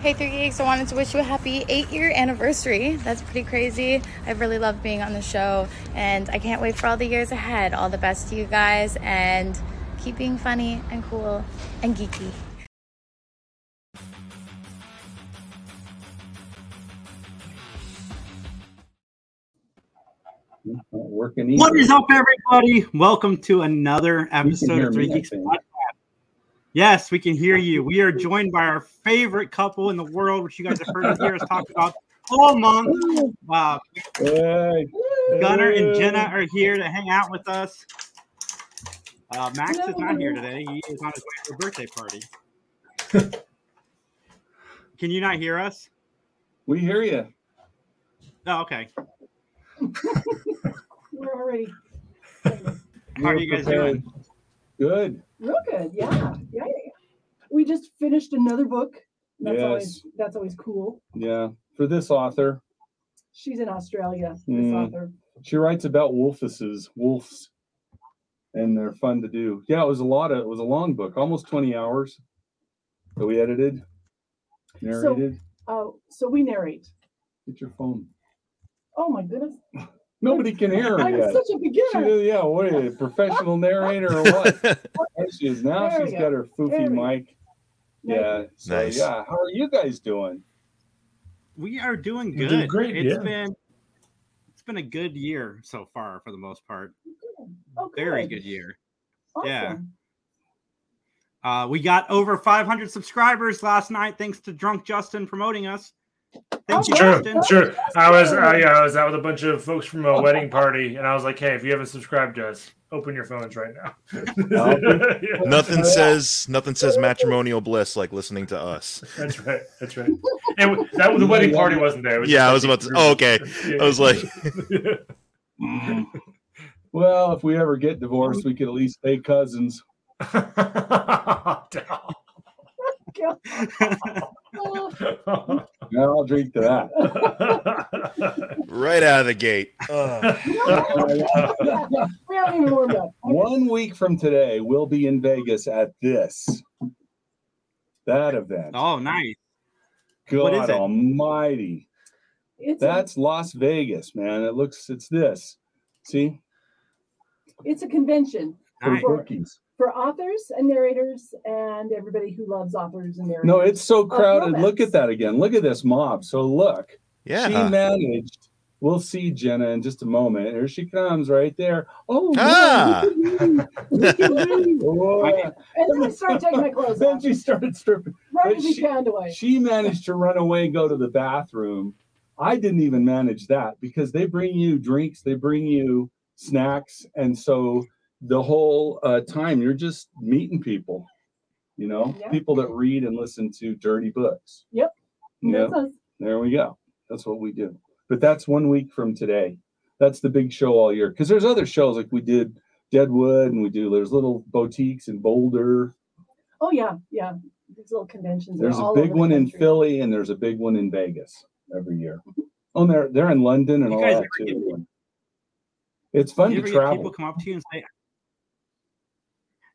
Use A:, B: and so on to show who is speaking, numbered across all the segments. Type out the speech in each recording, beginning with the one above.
A: Hey, Three Geeks, I wanted to wish you a happy eight year anniversary. That's pretty crazy. I've really loved being on the show, and I can't wait for all the years ahead. All the best to you guys, and keep being funny and cool and geeky.
B: Not working either.
C: What is up, everybody? Welcome to another episode
B: hear
C: of Three
B: me, I
C: Geeks
B: think.
C: Podcast. Yes, we can hear you. We are joined by our favorite couple in the world, which you guys have heard us hear us talk about all month. Uh,
B: Hey.
C: Gunnar and Jenna are here to hang out with us. Uh, Max is not here today. He is on his way to a birthday party. can you not hear us?
B: We hear you.
C: Oh, okay.
D: We're already
C: How are you guys doing?
B: Good.
D: real good. Yeah. Yeah. yeah, yeah. We just finished another book. That's always
B: Yes.
D: that's always cool.
B: Yeah. For this author,
D: She's in Australia, this
B: Mm.
D: author.
B: she writes about wolfuses, wolves, and they're fun to do. Yeah, it was a lot of. It was a long book, almost twenty hours that we edited, narrated.
D: Oh, so we narrate.
B: Get your phone.
D: Oh my goodness.
B: Nobody can hear her
D: I'm
B: yet.
D: such a
B: She,
D: beginner.
B: yeah, what are you, professional narrator or what? There she is now.
D: There we
B: She's
D: go.
B: got her foofy
D: There we go.
B: mic. Yeah. So,
E: Nice.
B: Yeah. How are you guys doing?
C: We are doing
F: You're
C: good.
F: doing great,
C: It's
F: yeah.
C: been it's been a good year so far for the most part.
D: Oh,
C: Very good year.
D: Awesome.
C: yeah. Uh, we got over 500 subscribers last night thanks to Drunk Justin promoting us. Thank you,
B: Oh,
F: Sure,
C: Justin.
F: sure. I was, I, yeah, I was out with a bunch of folks from a wedding party, and I was like, "Hey, if you haven't subscribed to us, open your phones right now." Yeah,
E: nothing says nothing says matrimonial bliss like listening to us.
F: that's right. That's right. And w- that was- the wedding party wasn't there. it
E: Yeah, I was
F: just
E: about to. Oh, okay. I was like,
F: Yeah.
C: Mm.
B: Well, if we ever get divorced, we could at least stay cousins.
D: Oh,
B: Now I'll drink to that.
E: right out of the gate. Ugh.
D: we haven't even warmed up.
B: One week from today, we'll be in Vegas at this that event.
C: Oh, nice.
B: God
C: what is it?
B: Almighty!
D: It's a,
B: That's Las Vegas, man. It looks. It's this. See
D: it's a convention
B: for
C: nice.
B: rookies.
D: for authors and narrators and everybody who loves authors and narrators.
B: No, it's so crowded.
D: romance.
B: Look at that again. Look at this mob. So look. She
E: Yeah.
B: managed. We'll see Jenna in just a moment. Here she comes, right there. Oh, yeah,
E: Ah.
B: look at me. Look at me. Oh,
D: and then I started taking my clothes
B: Then
D: off.
B: she started stripping.
D: Right
B: but
D: as he
B: she-
D: found away.
B: She managed to run away and go to the bathroom. I didn't even manage that because they bring you drinks, they bring you snacks, and so the whole uh, time you're just meeting people. You know,
D: Yeah.
B: people that read and listen to dirty books.
D: Yep.
B: You know?
D: That's us.
B: There we go. That's what we do. But that's one week from today. That's the big show all year. Because there's other shows like we did Deadwood and we do there's little boutiques in Boulder.
D: Oh yeah, yeah. These little conventions. are
B: There's a
D: all
B: big
D: over the
B: one in
D: country.
B: Philly and there's a big one in Vegas every year. Oh, and they're they're in London and
C: You
B: all
C: guys
B: that
C: ever
B: too. It's fun to
C: you ever get people
B: travel.
C: come up to you and say,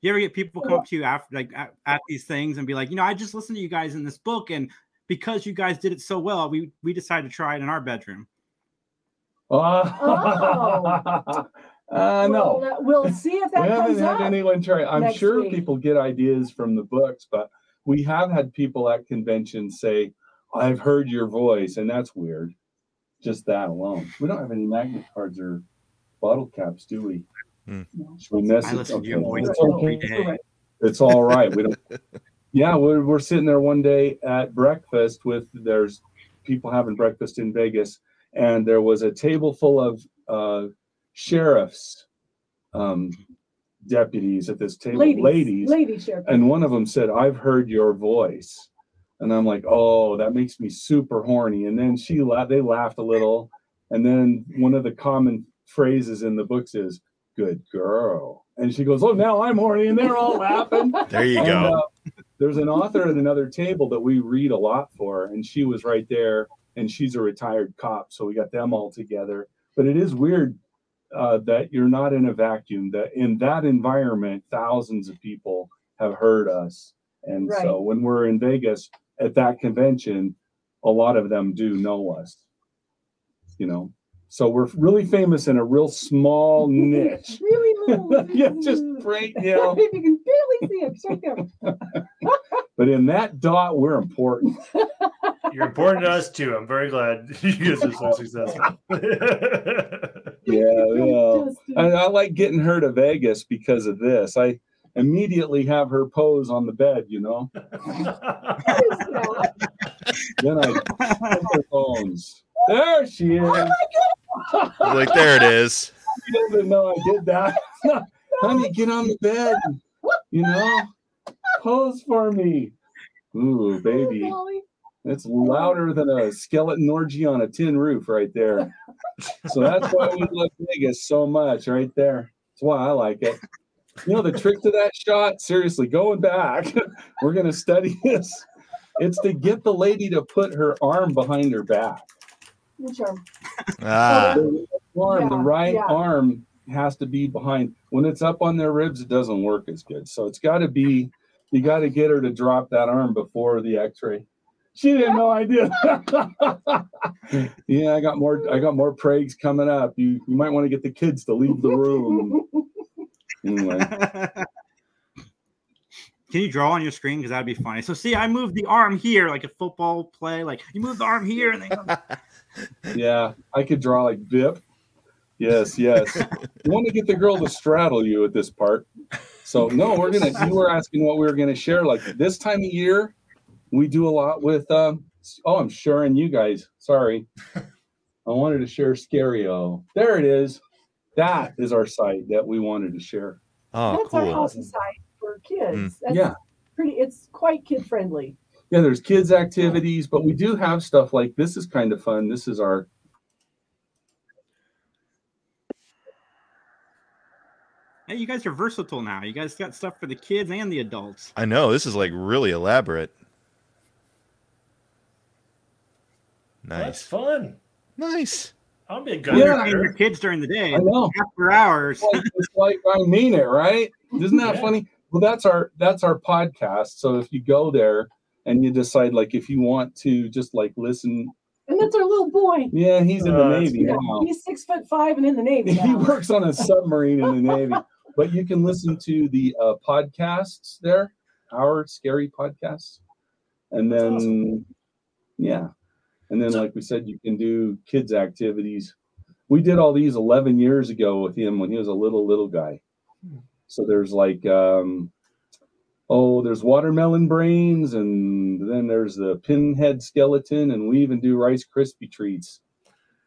C: you ever get people come up to you after like at, at these things and be like, you know, I just listened to you guys in this book, and because you guys did it so well, we we decided to try it in our bedroom.
D: Oh.
B: Ah. uh, no.
D: Well, that- we'll see if that
B: we haven't
D: comes
B: had
D: up.
B: anyone try. I'm
D: next
B: sure
D: week.
B: people get ideas from the books, but we have had people at conventions say, "I've heard your voice," and that's weird. Just that alone. We don't have any magnet cards or bottle caps, do we?
D: No.
B: Should we mess
C: I
B: it?
C: listen to your
B: Okay,
C: voice
B: It's,
C: every
B: okay.
C: day.
D: Right.
B: It's all right. We don't. Yeah, we're, we're sitting there one day at breakfast with there's people having breakfast in Vegas, and there was a table full of uh, sheriffs, um, deputies at this table,
D: Ladies,
B: ladies,
D: ladies, lady sheriff.
B: and one of them said, "I've heard your voice," and I'm like, "Oh, that makes me super horny." And then she laughed. They laughed a little, and then one of the common phrases in the books is "Good girl," and she goes, "Oh, now I'm horny," and they're all laughing.
E: There you
B: And,
E: go.
B: uh, there's an author at another table that we read a lot for, and she was right there, and she's a retired cop, so we got them all together. But it is weird uh, that you're not in a vacuum. That in that environment, thousands of people have heard us, and
D: Right.
B: so when we're in Vegas, at that convention, a lot of them do know us. You know, so we're really famous in a real small niche.
D: really little.
B: yeah, just great, you know.
D: you can barely see it. It's right there.
B: But in that dot, we're important.
F: You're important to us too. I'm very glad you guys are so successful.
B: Yeah, yeah.
D: Just-
B: And I like getting her to Vegas because of this. I immediately have her pose on the bed, you know.
D: just now.
B: Then I check her phones. There she is.
E: I'm like there it is.
B: She doesn't know I did that. Honey, get on the bed. You know, pose for me. Ooh, baby.
D: Molly.
B: It's louder than a skeleton orgy on a tin roof right there. So that's why we love Vegas so much right there. That's why I like it. You know the trick to that shot? Seriously, going back, we're gonna study this. It's to get the lady to put her arm behind her back.
D: Which arm?
E: Ah,
B: The, arm, the
D: Yeah,
B: right
D: yeah.
B: arm has to be behind. When it's up on their ribs, it doesn't work as good. So it's got to be. You got to get her to drop that arm before the X-ray. She didn't know I did. yeah, I got more. I got more prags coming up. You you might want to get the kids to leave the room. Anyway,
C: Can you draw on your screen? Because that'd be funny. So see, I moved the arm here, like a football play. Like you move the arm here, and then
B: yeah, I could draw like Bip. Yes, yes. you want to get the girl to straddle you at this part. So no, we're gonna. You were asking what we were gonna share. Like this time of year, we do a lot with. Um, oh, I'm sharing you guys. Sorry, I wanted to share Scario. There it is. That is our site that we wanted to share.
E: oh,
D: That's our
E: cool.
D: house site for kids.
E: Mm.
D: That's
B: Yeah.
D: pretty. It's quite kid friendly.
B: yeah there's kids activities but we do have stuff like this is kind of fun this is our
C: hey, you guys are versatile now. You guys got stuff for the kids and the adults.
E: I know this is like really elaborate.
F: That's
E: Nice,
F: fun.
E: nice.
F: I'll be a
B: Yeah.
C: Entertain your
F: gunner.
C: kids during the day,
B: i know
C: after hours.
B: It's like, it's like i mean it right isn't that
F: Yeah.
B: funny well that's our that's our podcast so if you go there and you decide like if you want to just like listen
D: And that's our little boy.
B: yeah he's in the
F: Oh, that's
B: navy
D: Yeah,
B: now
D: He's six foot five and in the Navy.
B: he
D: now.
B: works on a submarine in the navy but you can listen to the uh, podcasts there our scary podcasts and then yeah and then like we said you can do kids activities we did all these 11 years ago with him when he was a little little guy so there's like um oh there's watermelon brains and then there's the pinhead skeleton and we even do rice crispy treats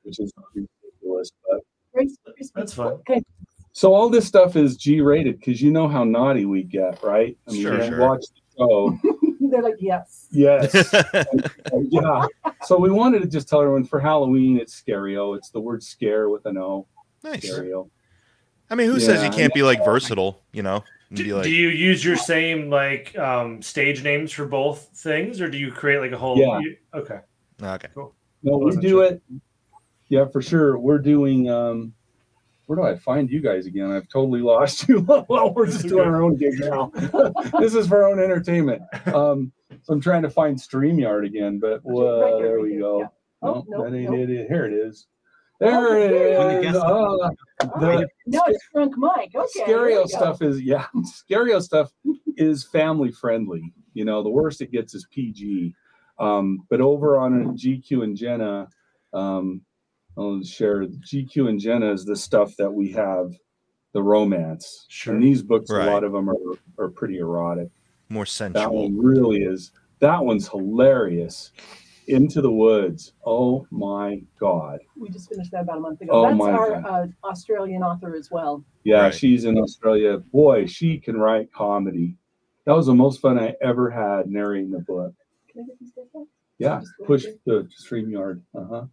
B: which is ridiculous but
D: Grace- Grace-
F: That's fun.
D: Okay.
B: so all this stuff is G-rated because you know how naughty we get, right? I mean,
E: Sure,
B: when you
E: sure.
B: watch the show.
D: They're like, yes.
B: Yes, yeah. So we wanted to just tell everyone for Halloween, it's Scario. It's the word scare with an O, oh.
E: nice.
B: Scario.
E: I mean, who says you
B: Yeah.
E: can't be like versatile? You know, and be
F: Do,
E: like,
F: do you use your same like um stage names for both things, or do you create like a whole?
B: Yeah.
F: you- okay.
E: okay,
B: No, we
F: Wasn't
B: do
F: sure.
B: it. Yeah, for sure. We're doing. um Where do I find you guys again? I've totally lost you. well, we're just doing our own gig now. this is for our own entertainment. Um, so I'm trying to find Streamyard again, but
D: Right
B: uh,
D: here,
B: there
D: right
B: we
D: here,
B: go.
D: yeah.
B: No,
D: Oh, no,
B: that ain't
D: no.
B: it, it. Here it is.
D: Oh,
B: There it
D: there
C: are.
D: you
B: is. Ah, the
D: No, it's drunk Mike. Okay. there you
B: Scario
D: go.
B: stuff is yeah. Scario stuff is family friendly. You know, the worst it gets is PG. Um, but over on GQ and Jenna, um, I'll share GQ and Jenna is the stuff that we have, the romance.
F: Sure.
B: And these books, a
E: Right.
B: lot of them are, are pretty erotic.
E: more
B: That
E: sensual.
B: one really is. That one's hilarious. Into the woods. Oh my god.
D: We just finished that about a month ago.
B: Oh,
D: That's
B: my
D: our uh, Australian author as well.
B: Yeah,
E: Right.
B: she's in Australia. Boy, she can write comedy. That was the most fun I ever had narrating the book.
D: Can I get these guys back?
B: Yeah,
D: Just go
B: push
D: through.
B: the stream yard. Uh huh.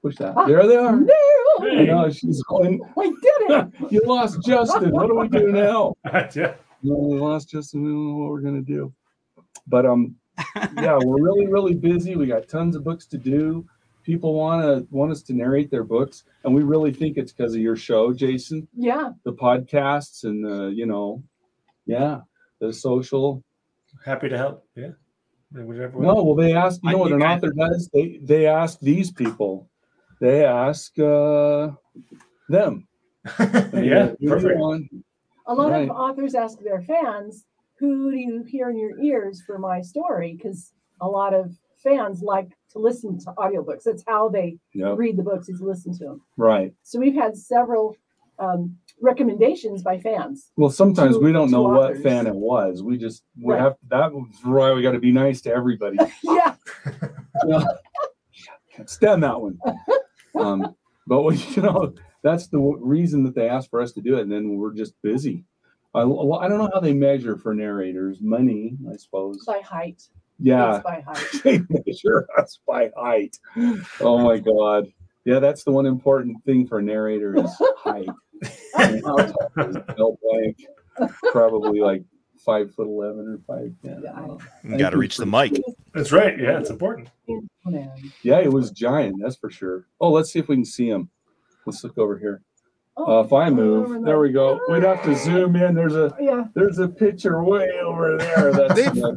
B: Push that.
D: Ah,
B: There they are.
D: No,
B: I know she's going.
D: we did it.
B: you lost Justin. What do we do now?
F: yeah.
B: No, we lost Justin. We don't know what we're gonna do. But um, yeah, we're really really busy. We got tons of books to do. People wanna want us to narrate their books, and we really think it's because of your show, Jason.
D: Yeah.
B: the podcasts and the you know yeah the social
F: Happy to help. Yeah. Whichever way.
B: No, well, they ask. You
C: I
B: know what
C: think
B: an
C: I-
B: author does? They they ask these people. They ask uh, them. And
F: yeah,
B: they move
F: perfect.
B: on.
D: A lot
B: Right.
D: of authors ask their fans, "Who do you hear in your ears for my story?" Because a lot of fans like to listen to audiobooks. That's how they
B: Yep.
D: read the books is listen to them.
B: Right.
D: So we've had several um, recommendations by fans.
B: Well, sometimes
D: Two-
B: we don't
D: two
B: know what
D: authors.
B: fan it was. We just we
D: Right.
B: have that was why we got to be nice to everybody.
D: Yeah,
B: Stand that one. Um, but we, you know that's the w- reason that they asked for us to do it, and then we're just busy. I, well, I don't know how they measure for narrators money, I suppose.
D: by height.
B: Yeah,
D: It's by height.
B: they measure us by height. Oh my god. Yeah, that's the one important thing for a narrator is height. And how tall is Bill Blank? Probably like five foot eleven or five ten.
D: Yeah, I don't
E: Got to reach the mic.
F: That's right. Yeah, it's important.
D: Oh, man.
B: Yeah, it was giant, that's for sure. Oh, let's see if we can see him. Let's look over here.
D: Oh,
B: Uh, if I
D: over
B: move,
D: the-
B: there we go. We'd have to zoom in. There's a
D: yeah.
B: there's a picture way over there. That's
E: They've-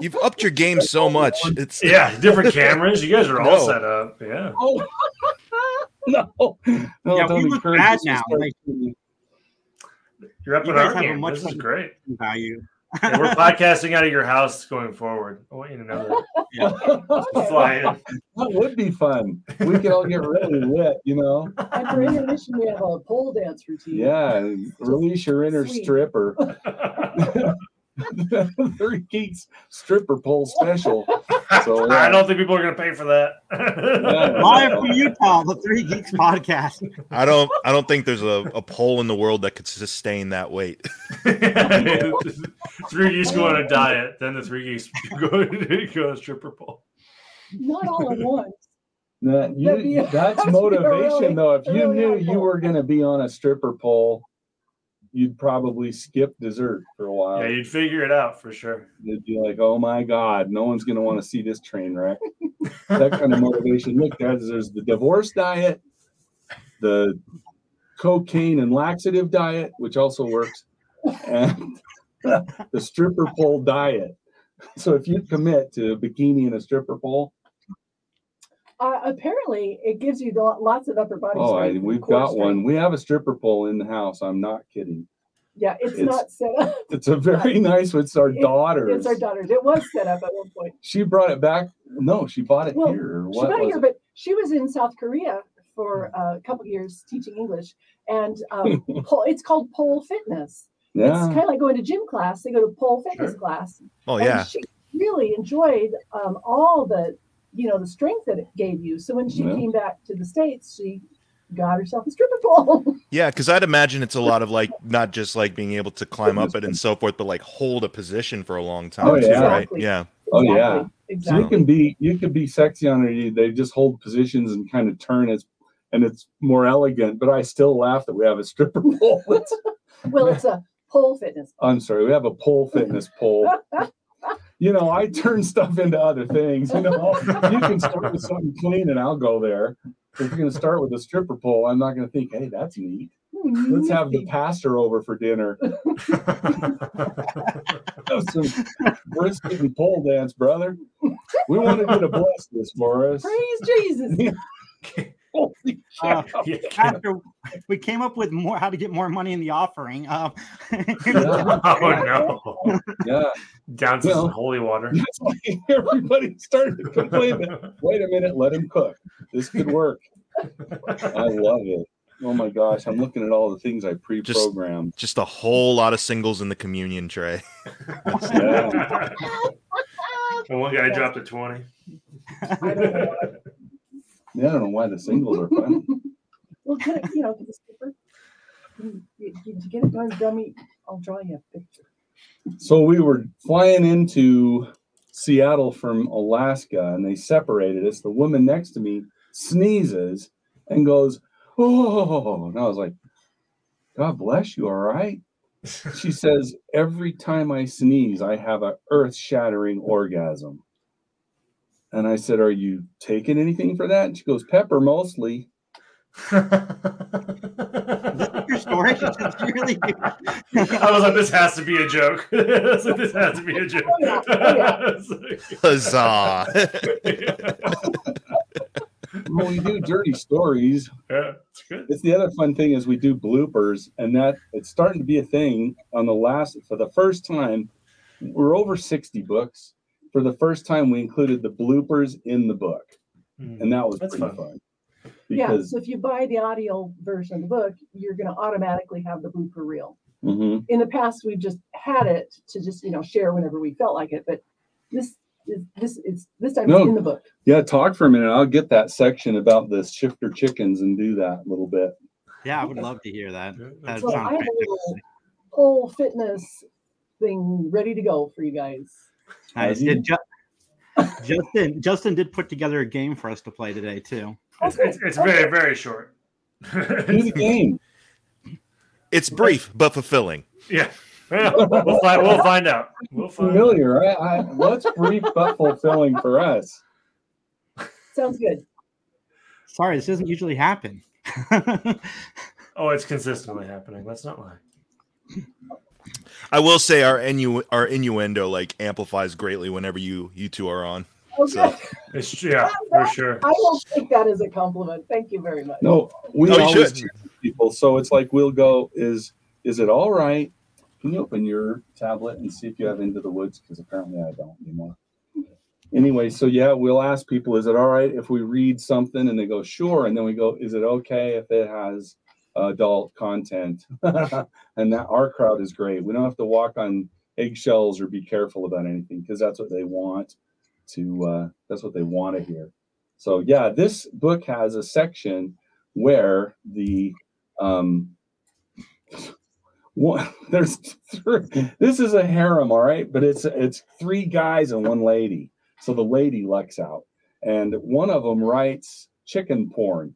E: You've upped your game so much. It's
F: Yeah, different cameras. You guys are all
E: No.
F: set up. Yeah.
B: oh no, no.
C: Yeah, we
B: don't
C: look
B: encourage
C: bad
B: us to
C: now,
B: start
C: like-
B: shooting.
F: You're up
C: You
F: in
C: guys
F: our
C: have a
F: game.
C: much
F: This is
C: more-
F: great.
C: value.
F: And we're podcasting out of your house going forward. I want you to know that.
D: Okay.
F: Fly
B: That would be fun. We could all get really lit, you know.
D: And for intermission, we have a pole dance routine.
B: Yeah, and release your inner
D: Sweet.
B: stripper.
F: in.
B: Three geeks stripper pole special. So
F: I
B: yeah.
F: don't think people are going to pay for that.
C: Live from Utah, the Three Geeks podcast.
E: I don't I don't think there's a, a pole in the world that could sustain that weight.
F: three geese go on a diet, then the three geese go, go on a stripper pole.
D: Not all at once.
B: Nah, you-
D: That'd be-
B: that's
D: that'd be
B: motivation
D: really-
B: though. If you
D: really
B: knew you
D: helpful.
B: were gonna be on a stripper pole, you'd probably skip dessert for a while.
F: Yeah, you'd figure it out for sure.
B: You'd be like, "Oh my God, no one's gonna want to see this train wreck." that kind of motivation. Look, there's, there's the divorce diet, the cocaine and laxative diet, which also works, and the stripper pole diet. So if you commit to a bikini and a stripper pole,
D: Uh, apparently, it gives you the, lots of upper body
B: oh, I,
D: strength. and
B: we've
D: core
B: got
D: strength.
B: one. We have a stripper pole in the house. I'm not kidding.
D: Yeah, it's,
B: It's-
D: not set up.
B: It's a very nice. It's our
D: It-
B: daughter's.
D: It's our daughter's. It was set up at one point.
B: She brought it back. No, she bought it
D: Well,
B: here. Or
D: She
B: what
D: got
B: was
D: here,
B: it?
D: but she was in South Korea for a couple years teaching English, and um, pole, it's called pole fitness. It's
B: Yeah.
D: kind of like going to gym class. They go to pole fitness
F: Sure.
D: class.
E: Oh
D: and
E: yeah.
D: she really enjoyed um, all the you know the strength that it gave you. So when she
B: Yeah.
D: came back to the states, she got herself a stripper pole.
E: Yeah, because I'd imagine it's a lot of like not just like being able to climb up it and so forth, but like hold a position for a long time
B: Oh,
E: too,
B: yeah.
E: right?
D: Exactly.
E: Yeah.
B: Oh, yeah. So
D: exactly.
B: you can be you can be sexy on it. They just hold positions and kind of turn it, and it's more elegant. But I still laugh that we have a stripper pole. It's-
D: Well, it's a pole fitness.
B: I'm sorry, we have a pole fitness pole. You know, I turn stuff into other things. You know, you can start with something clean, and I'll go there. If you're going to start with a stripper pole, I'm not going to think, hey, that's neat. Let's have the pastor over for dinner. Have some brisket and pole dance, brother. We wanted you to bless this for us.
D: Praise Jesus.
B: Holy
C: Uh,
B: cow.
C: After we came up with more how to get more money in the offering. Uh,
B: Yeah.
F: oh no!
B: yeah.
F: Down to some
B: Well-
F: holy water.
B: That's why everybody started to complain. that, Wait a minute, let him cook. This could work. I love it. Oh my gosh, I'm looking at all the things I pre-programmed.
E: Just a whole lot of singles in the communion tray.
B: Yeah.
F: and one guy dropped a twenty.
D: I don't know.
B: Yeah, I don't know why the singles are fun.
D: Well, can it, you know, get the stripper. You, you, you get it done, dummy. I'll draw you a picture.
B: So we were flying into Seattle from Alaska, and they separated us. The woman next to me sneezes and goes, "Oh!" And I was like, "God bless you, all right." She says, "Every time I sneeze, I have a earth-shattering orgasm." And I said, "Are you taking anything for that?" And she goes, "Pepper mostly."
C: your story. It's really good.
F: I was like, this has to be a joke. I was like, this has to be a joke.
D: yeah. Oh, yeah.
F: I was like-
E: Huzzah.
B: Well, we do dirty stories.
F: yeah, it's good.
B: It's the other fun thing is we do bloopers, and that it's starting to be a thing. On the last, for the first time, we're over sixty books. For the first time, we included the bloopers in the book,
F: Mm.
B: and that was
F: That's
B: pretty fun.
F: fun.
D: Yeah,
B: Because
D: so if you buy the audio version of the book, you're going to automatically have the blooper reel.
B: Mhm.
D: In the past, we just had it to just you know share whenever we felt like it, but this is this it's this time
B: No.
D: it's in the book.
B: yeah, talk for a minute. I'll get that section about the shifter chickens and do that a little bit.
C: Yeah, I would love to hear that.
F: Yeah,
C: That
F: that's
D: So
C: sounds
D: I have a little
C: fantastic.
D: whole fitness thing ready to go for you guys.
B: Have
C: Nice.
B: you-
C: Did Ju- Justin Justin did put together a game for us to play today too.
F: It's, it's, it's very, very short.
B: Do the game.
E: it's brief but fulfilling.
F: yeah. Yeah, we'll find, we'll find out. We'll find out.
B: Familiar, right? I, what's brief but fulfilling for us?
D: Sounds good.
C: Sorry, this doesn't usually happen.
F: Oh, it's consistently happening. Let's not lie.
E: I will say our innu- our innuendo like amplifies greatly whenever you you two are on.
D: Okay,
F: It's yeah, for sure.
D: I will take that as a compliment. Thank you very much.
B: No, we
E: No, you
B: always
E: should.
B: check people. So it's like we'll go. Is is it all right? Can you open your tablet and see if you have Into the Woods? Because apparently I don't anymore. Anyway, so yeah, we'll ask people, is it all right if we read something? And they go, sure. And then we go, is it okay if it has adult content? and that our crowd is great. We don't have to walk on eggshells or be careful about anything because that's what they want to. Uh, that's what they want to hear. So yeah, this book has a section where the um one there's three, this is a harem all right but it's it's three guys and one lady so the lady lucks out and one of them writes chicken porn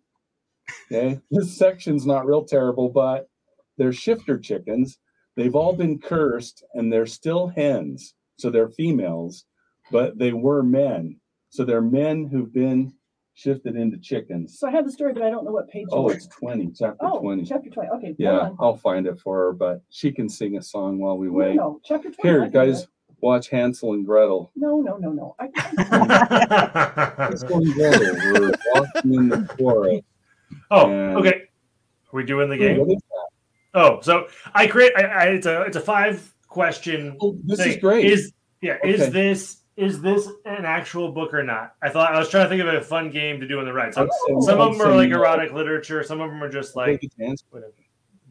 B: okay this section's not real terrible but they're shifter chickens they've all been cursed and they're still hens so they're females but they were men so they're men who've been shifted into chickens
D: So I have the story, but I don't know what page.
B: Oh,
D: it
B: it's
D: is.
B: 20, chapter
D: oh
B: 20.
D: chapter twenty. Okay, hold
B: yeah,
D: on.
B: I'll find it for her, but she can sing a song while we
D: No,
B: wait.
D: no, chapter twenty. I
B: Here,
D: can do
B: guys,
D: it.
B: watch Hansel and Gretel.
D: No, no, no, no. I can't.
F: Oh,
B: Hansel and Gretel were walking in the forest.
F: oh,
B: And-
F: okay. Are we doing the game?
B: What is
F: Oh, so I create. I, I, it's a it's a five question.
B: that? Oh, this is
F: thing.
B: great.
F: Is yeah?
B: Okay.
F: Is this is this an actual book or not? I thought I was trying to think of a fun game to do on the ride. So
B: I'd say-
F: some
B: I'd
F: of them are
B: say
F: like
B: no.
F: erotic literature. Some of them are just
B: I think
F: like
B: it's Hansel.
F: whatever.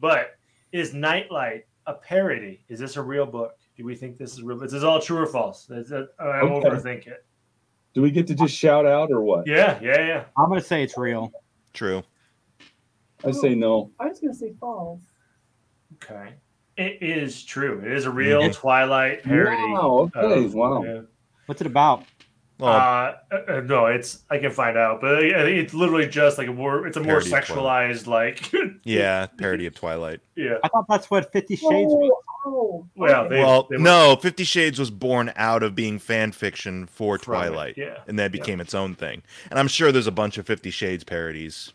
F: But is Nightlight a parody? Is this a real book? Do we think this is real? Is this all true or false? Is it, I won't
B: Okay.
F: overthink it.
B: Do we get to just shout out or what?
F: Yeah, yeah, yeah.
C: I'm gonna say it's real.
E: True.
B: I say no.
D: I was going to say false.
F: Okay. It is true. It is a real Twilight parody.
B: Mm-hmm. Wow, okay,
F: of-
B: wow.
F: yeah.
C: What's it about?
E: Well,
F: Uh, uh, uh, no, it's I can find out, but I think it's literally just like a more. It's a more
E: Parody of Twilight.
F: sexualized, like
E: yeah, parody of Twilight.
F: yeah.
C: I thought that's what Fifty Shades was.
D: Oh, oh,
F: Well,
D: okay.
F: They-
E: well,
F: they were-
E: no, 50 Shades was born out of being fan fiction for
F: from it,
E: Twilight.
F: Yeah.
E: And that
F: Yeah.
E: became its own thing. And I'm sure there's a bunch of 50 Shades parodies.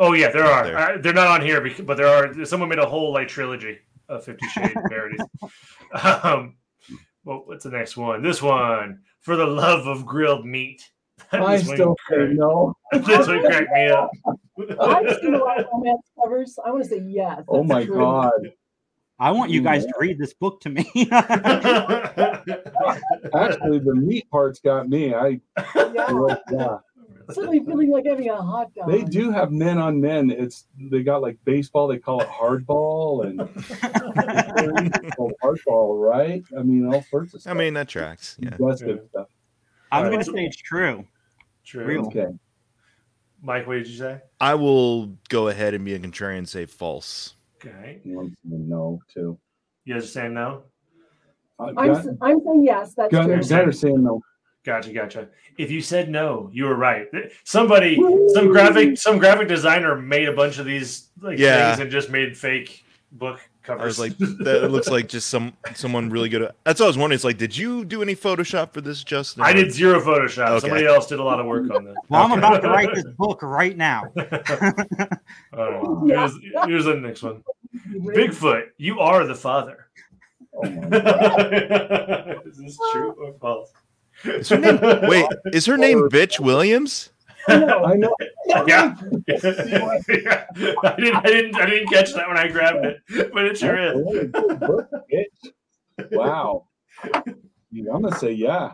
F: Oh yeah, there
E: Out
F: are.
E: there.
F: Uh, they're not on here, bec- but there are. Someone made a whole like trilogy of Fifty Shades parodies. Um, well, what's the next one? This one for the love of grilled meat.
B: I
F: This one
B: still say
F: cracked-
B: no.
F: this one cracked me up.
D: I've seen a lot of romance covers. I want to say yes.
B: Oh
D: that's
B: my
D: true.
B: God.
C: I want you guys to read this book to me. I
B: Actually, the meat part's got me. I,
D: Yeah.
B: yeah.
D: Suddenly feeling like having a hot dog.
B: They do have men on men. It's they got like baseball. They call it hardball and Oh, hardball, right? I mean, all sorts of stuff.
E: I mean, that tracks. Yeah.
B: Suggestive stuff.
C: am gonna say it's true.
F: True.
C: Real.
B: Okay,
F: Mike, what did you say?
E: I will go ahead and be a contrarian and say false.
F: Okay.
B: he wants to know too.
F: You guys are saying no?
B: Uh,
D: I'm, s-
B: Gun-
D: I'm saying yes. That's
B: Gunner,
D: true.
B: Gunner saying no.
F: Gotcha, gotcha. If you said no, you were right. Somebody, some graphic, some graphic designer made a bunch of these like
E: Yeah.
F: things and just made fake book covers.
E: I was like, that looks like just some someone really good. At, that's what I was wondering. It's like, did you do any Photoshop for this, Justin?
F: I did zero Photoshop.
E: Okay.
F: Somebody else did a lot of work on this.
C: Well, I'm
E: Okay.
C: about to write this book right now.
F: All right.
D: Yeah.
F: Here's, here's the next one.
D: Great.
F: Bigfoot, you are the father.
B: Oh my God.
F: Is this true or false?
E: Is her name, wait, is her name Bitch Williams?
B: I know.
F: Yeah. I didn't, I didn't, I didn't catch that when I grabbed it, but it sure is.
B: wow. Yeah, I'm gonna say yeah.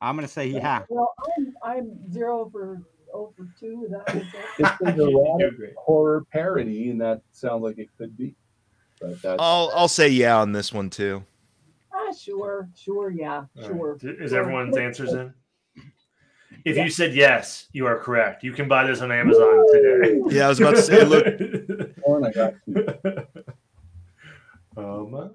C: I'm gonna say yeah.
D: Well, I'm I'm zero for oh for two. That was it.
B: It's an erotic
F: You're great.
B: horror parody, and that sounds like it could be. But that's,
E: I'll I'll say yeah on this one too.
D: Ah, sure, sure, yeah, sure.
F: Is
D: Sure.
F: everyone's answers in? If you said yes, you are correct. You can buy this on Amazon today.
E: Yeah, I was about to say look
B: one I got you.
D: uh,
F: Um,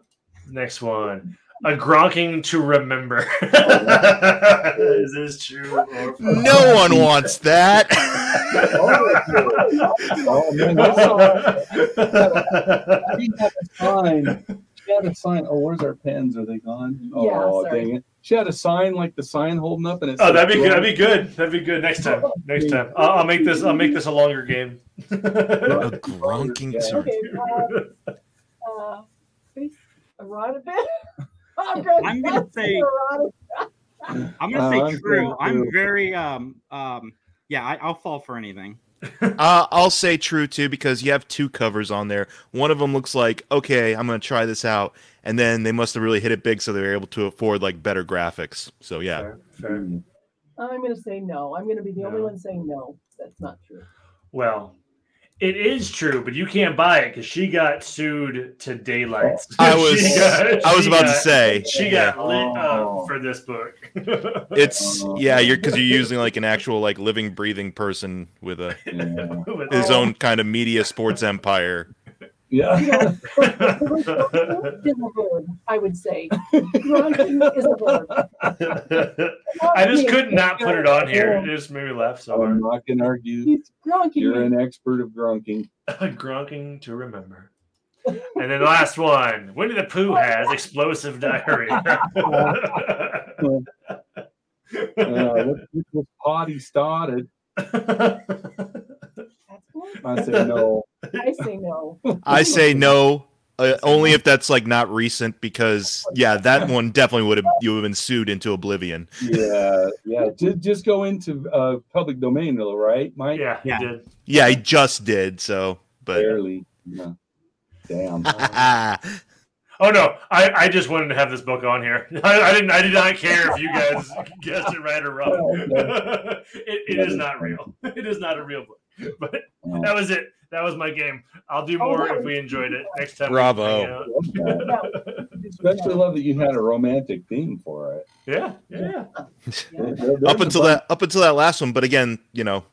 F: next one. A gronking to remember.
D: Oh,
F: Is this true or false?
E: no one wants that.
B: Oh, oh, man, I saw- she had a sign. She had a sign. Oh, where's our pens? Are they gone? Oh,
D: Yeah, sorry.
B: dang it. She had a sign like the sign holding up, and it.
F: Oh,
B: said,
F: that'd be good. That'd be good. That'd be good. Next time. Next time. I'll, I'll make this. I'll make this a longer game.
E: A gronking to-
D: Okay. Uh, uh, face erotic. I'm gonna,
C: I'm gonna
D: that's
C: say-
D: erotic.
C: I'm gonna
B: Uh,
C: say
B: I'm
C: true.
B: going
C: I'm
B: to-
C: very um um yeah. I, I'll fall for anything.
E: Uh, I'll say true too because you have two covers on there. One of them looks like okay, I'm gonna try this out, and then they must have really hit it big, so they were able to afford like better graphics. So yeah,
F: Fair, fair.
D: I'm gonna say no. I'm gonna be the only
F: No.
D: one saying no. That's not true.
F: Well, it is true, but you can't buy it because she got sued to daylights.
E: I was
F: She got-
E: I was
F: she
E: about to
F: got-
E: say
F: She got lit
B: Oh.
F: up for this book.
E: it's yeah, you're because you're using like an actual like living, breathing person with a
B: Yeah.
F: With-
E: his own kind of media sports empire.
B: Yeah.
D: Is a verb, I would say. Gronking is a verb.
F: I just could not put it on here. It just made me laugh so
B: So I'm
F: hard.
B: not gonna argue.
D: He's gronking.
B: You're an expert of grunking.
F: Gronking to remember. And then the last one. Winnie the Pooh has explosive diarrhea.
B: Uh, let's get this potty started.
D: That's good.
B: I said no.
D: I say no.
E: I say no. Uh, only if that's like not recent, because yeah, that one definitely would have you would have been sued into oblivion.
B: Yeah, yeah. Just, just go into uh, public domain, though, right, Mike?
F: yeah, he
C: Yeah.
F: did.
E: Yeah, I just did. So, but
B: Barely. Yeah. Damn.
F: Oh no, I, I just wanted to have this book on here. I, I didn't I did not care if you guys guessed it right or wrong. it, it is not real. It is not a real book. But that was it. That was my game. I'll do
D: Oh,
F: more
D: that
F: if
D: was-
F: we enjoyed it next time. we
E: Bravo.
F: hang out.
B: Yeah.
D: No.
B: Especially love that you had a romantic theme for it.
F: Yeah, yeah.
D: Yeah.
B: There- there's
E: up
B: a
E: until
B: bunch-
E: that up until that last one but again you know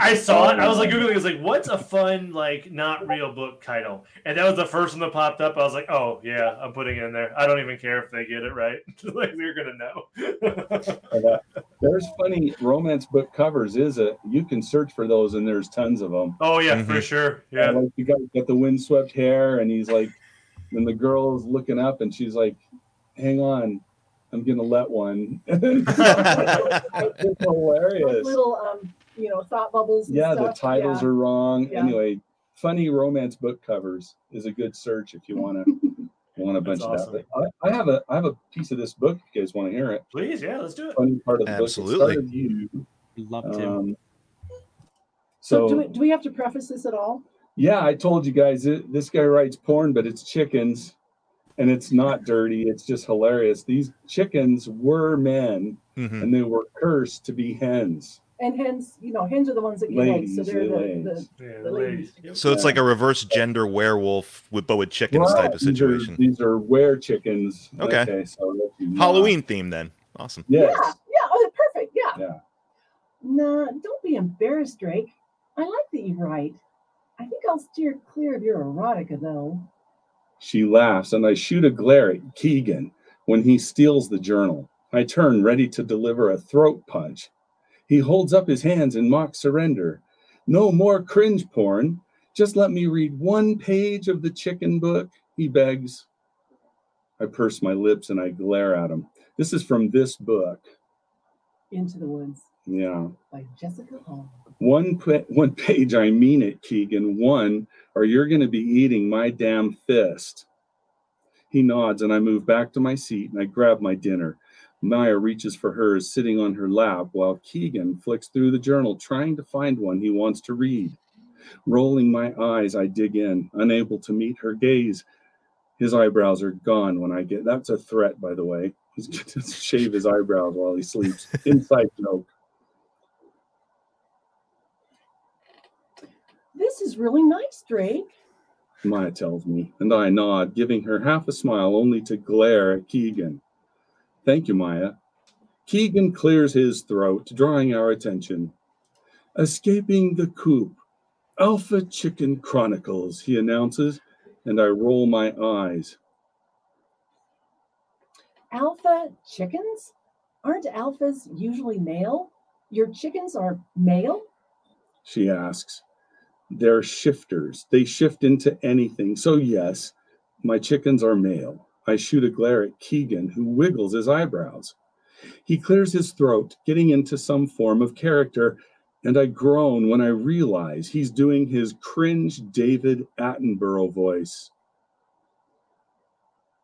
F: I saw it. I was like googling. I was like, "What's a fun like not real book title?" And that was the first one that popped up. I was like, "Oh yeah, I'm putting it in there. I don't even care if they get it right. like they're gonna know."
B: uh, There's funny romance book covers. Is a you can search for those, and there's tons of them.
F: oh yeah, for
E: Mhm.
F: sure. Yeah.
B: Like you got, got the windswept hair, and he's like, and the girl's looking up, and she's like, "Hang on, I'm gonna let one."
E: Mm-hmm.
B: it's
D: Those
B: hilarious.
D: little, um, you know, thought bubbles. and
B: Yeah, the
D: stuff,
B: titles are wrong.
D: Yeah.
B: Anyway, funny romance book covers is a good search if you want to want a bunch
F: That's
B: of that. But I, I have a I have a piece of this book. If you guys want to hear it,
F: Please, yeah, let's do it.
B: funny part of the
E: Absolutely.
B: book. Absolutely.
C: I'd love to.
B: Um,
D: So, do,
B: so
D: we, do we have to preface this at all?
B: yeah, I told you guys it, this guy writes porn, but it's chickens, and it's not dirty. It's just hilarious. These chickens were men,
E: Mhm.
B: and they were cursed to be hens.
D: And hens, you know, hens are the ones that get eggs. So
B: Ladies,
D: they're the,
B: ladies.
D: the
F: Yeah, the ladies. Yep.
E: so it's like a reverse gender werewolf with but with chickens
B: Right,
E: type of
B: these are-
E: situation
B: These are, where chickens.
E: Okay.
B: so if you want-
E: halloween theme then awesome
B: Yes.
D: Yeah, yeah, oh, perfect. Yeah.
B: Yeah.
D: Nah, don't be embarrassed, Drake. I like that you write. I think I'll steer clear of your erotica, though.
B: She laughs, and I shoot a glare at Keegan when he steals the journal. I turn, ready to deliver a throat punch. He holds up his hands in mock surrender. No more cringe porn. Just let me read one page of the chicken book, he begs. I purse my lips and I glare at him. This is from this book.
D: Into the woods.
B: Yeah.
D: by Jessica Hall.
B: One pa- one page, I mean it, Keegan. One, or you're going to be eating my damn fist. He nods, and I move back to my seat and I grab my dinner. Maya reaches for hers, sitting on her lap, while Keegan flicks through the journal, trying to find one he wants to read. Rolling my eyes, I dig in, unable to meet her gaze. His eyebrows are gone when I get. That's a threat, by the way. He's going to shave his eyebrows while he sleeps. Inside joke.
D: This is really nice, Drake.
B: Maya tells me, and I nod, giving her half a smile only to glare at Keegan. Thank you, Maya. Keegan clears his throat, drawing our attention. Escaping the coop, Alpha Chicken Chronicles, he announces, and I roll my eyes.
D: Alpha chickens? Aren't alphas usually male? Your chickens are male?
B: She asks, They're shifters. They shift into anything. So, yes, my chickens are male. I shoot a glare at Keegan, who wiggles his eyebrows. He clears his throat, getting into some form of character, and I groan when I realize he's doing his cringe David Attenborough voice.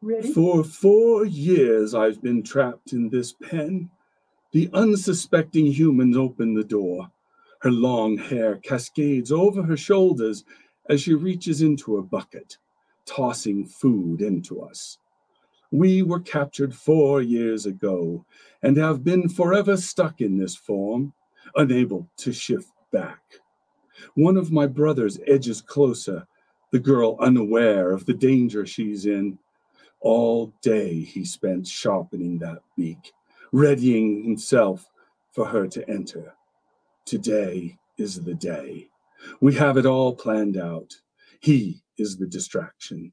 D: Ready?
B: For four years, I've been trapped in this pen. The unsuspecting humans open the door. Her long hair cascades over her shoulders as she reaches into a bucket, tossing food into us. We were captured four years ago and have been forever stuck in this form, unable to shift back. One of my brothers edges closer, the girl unaware of the danger she's in. All day he spent sharpening that beak, readying himself for her to enter. Today is the day. We have it all planned out. He is the distraction.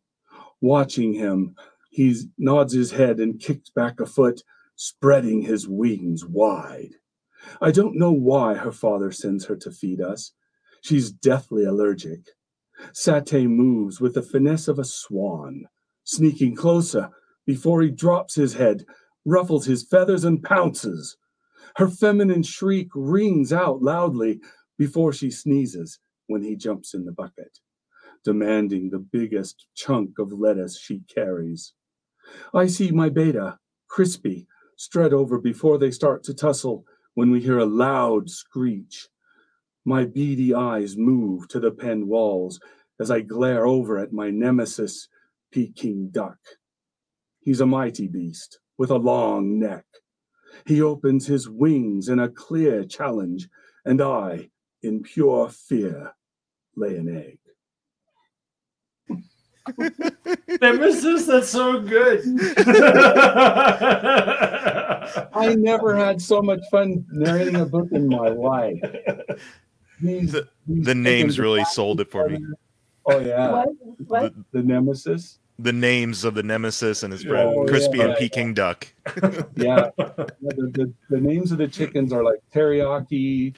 B: Watching him, he nods his head and kicks back a foot, spreading his wings wide. I don't know why her father sends her to feed us. She's deathly allergic. Satay moves with the finesse of a swan sneaking closer before he drops his head, ruffles his feathers, and pounces. Her feminine shriek rings out loudly before she sneezes when he jumps in the bucket, demanding the biggest chunk of lettuce she carries. I see my beta, Crispy, strut over before they start to tussle when we hear a loud screech. My beady eyes move to the pen walls as I glare over at my nemesis, Peking duck. He's a mighty beast with a long neck. He opens his wings in a clear challenge, and I, in pure fear, lay an egg.
F: Nemesis, that's so good.
B: I never had so much fun narrating a book in my life. These- these
E: The names
B: chickens-
E: really sold it for me.
B: Oh yeah,
D: What? What?
B: the nemesis.
E: The names of the nemesis and his
F: Yeah.
E: friend,
B: Oh,
E: Crispy
B: yeah.
E: and Peking Duck.
B: Yeah, Yeah, the, the, the names of the chickens are like teriyaki,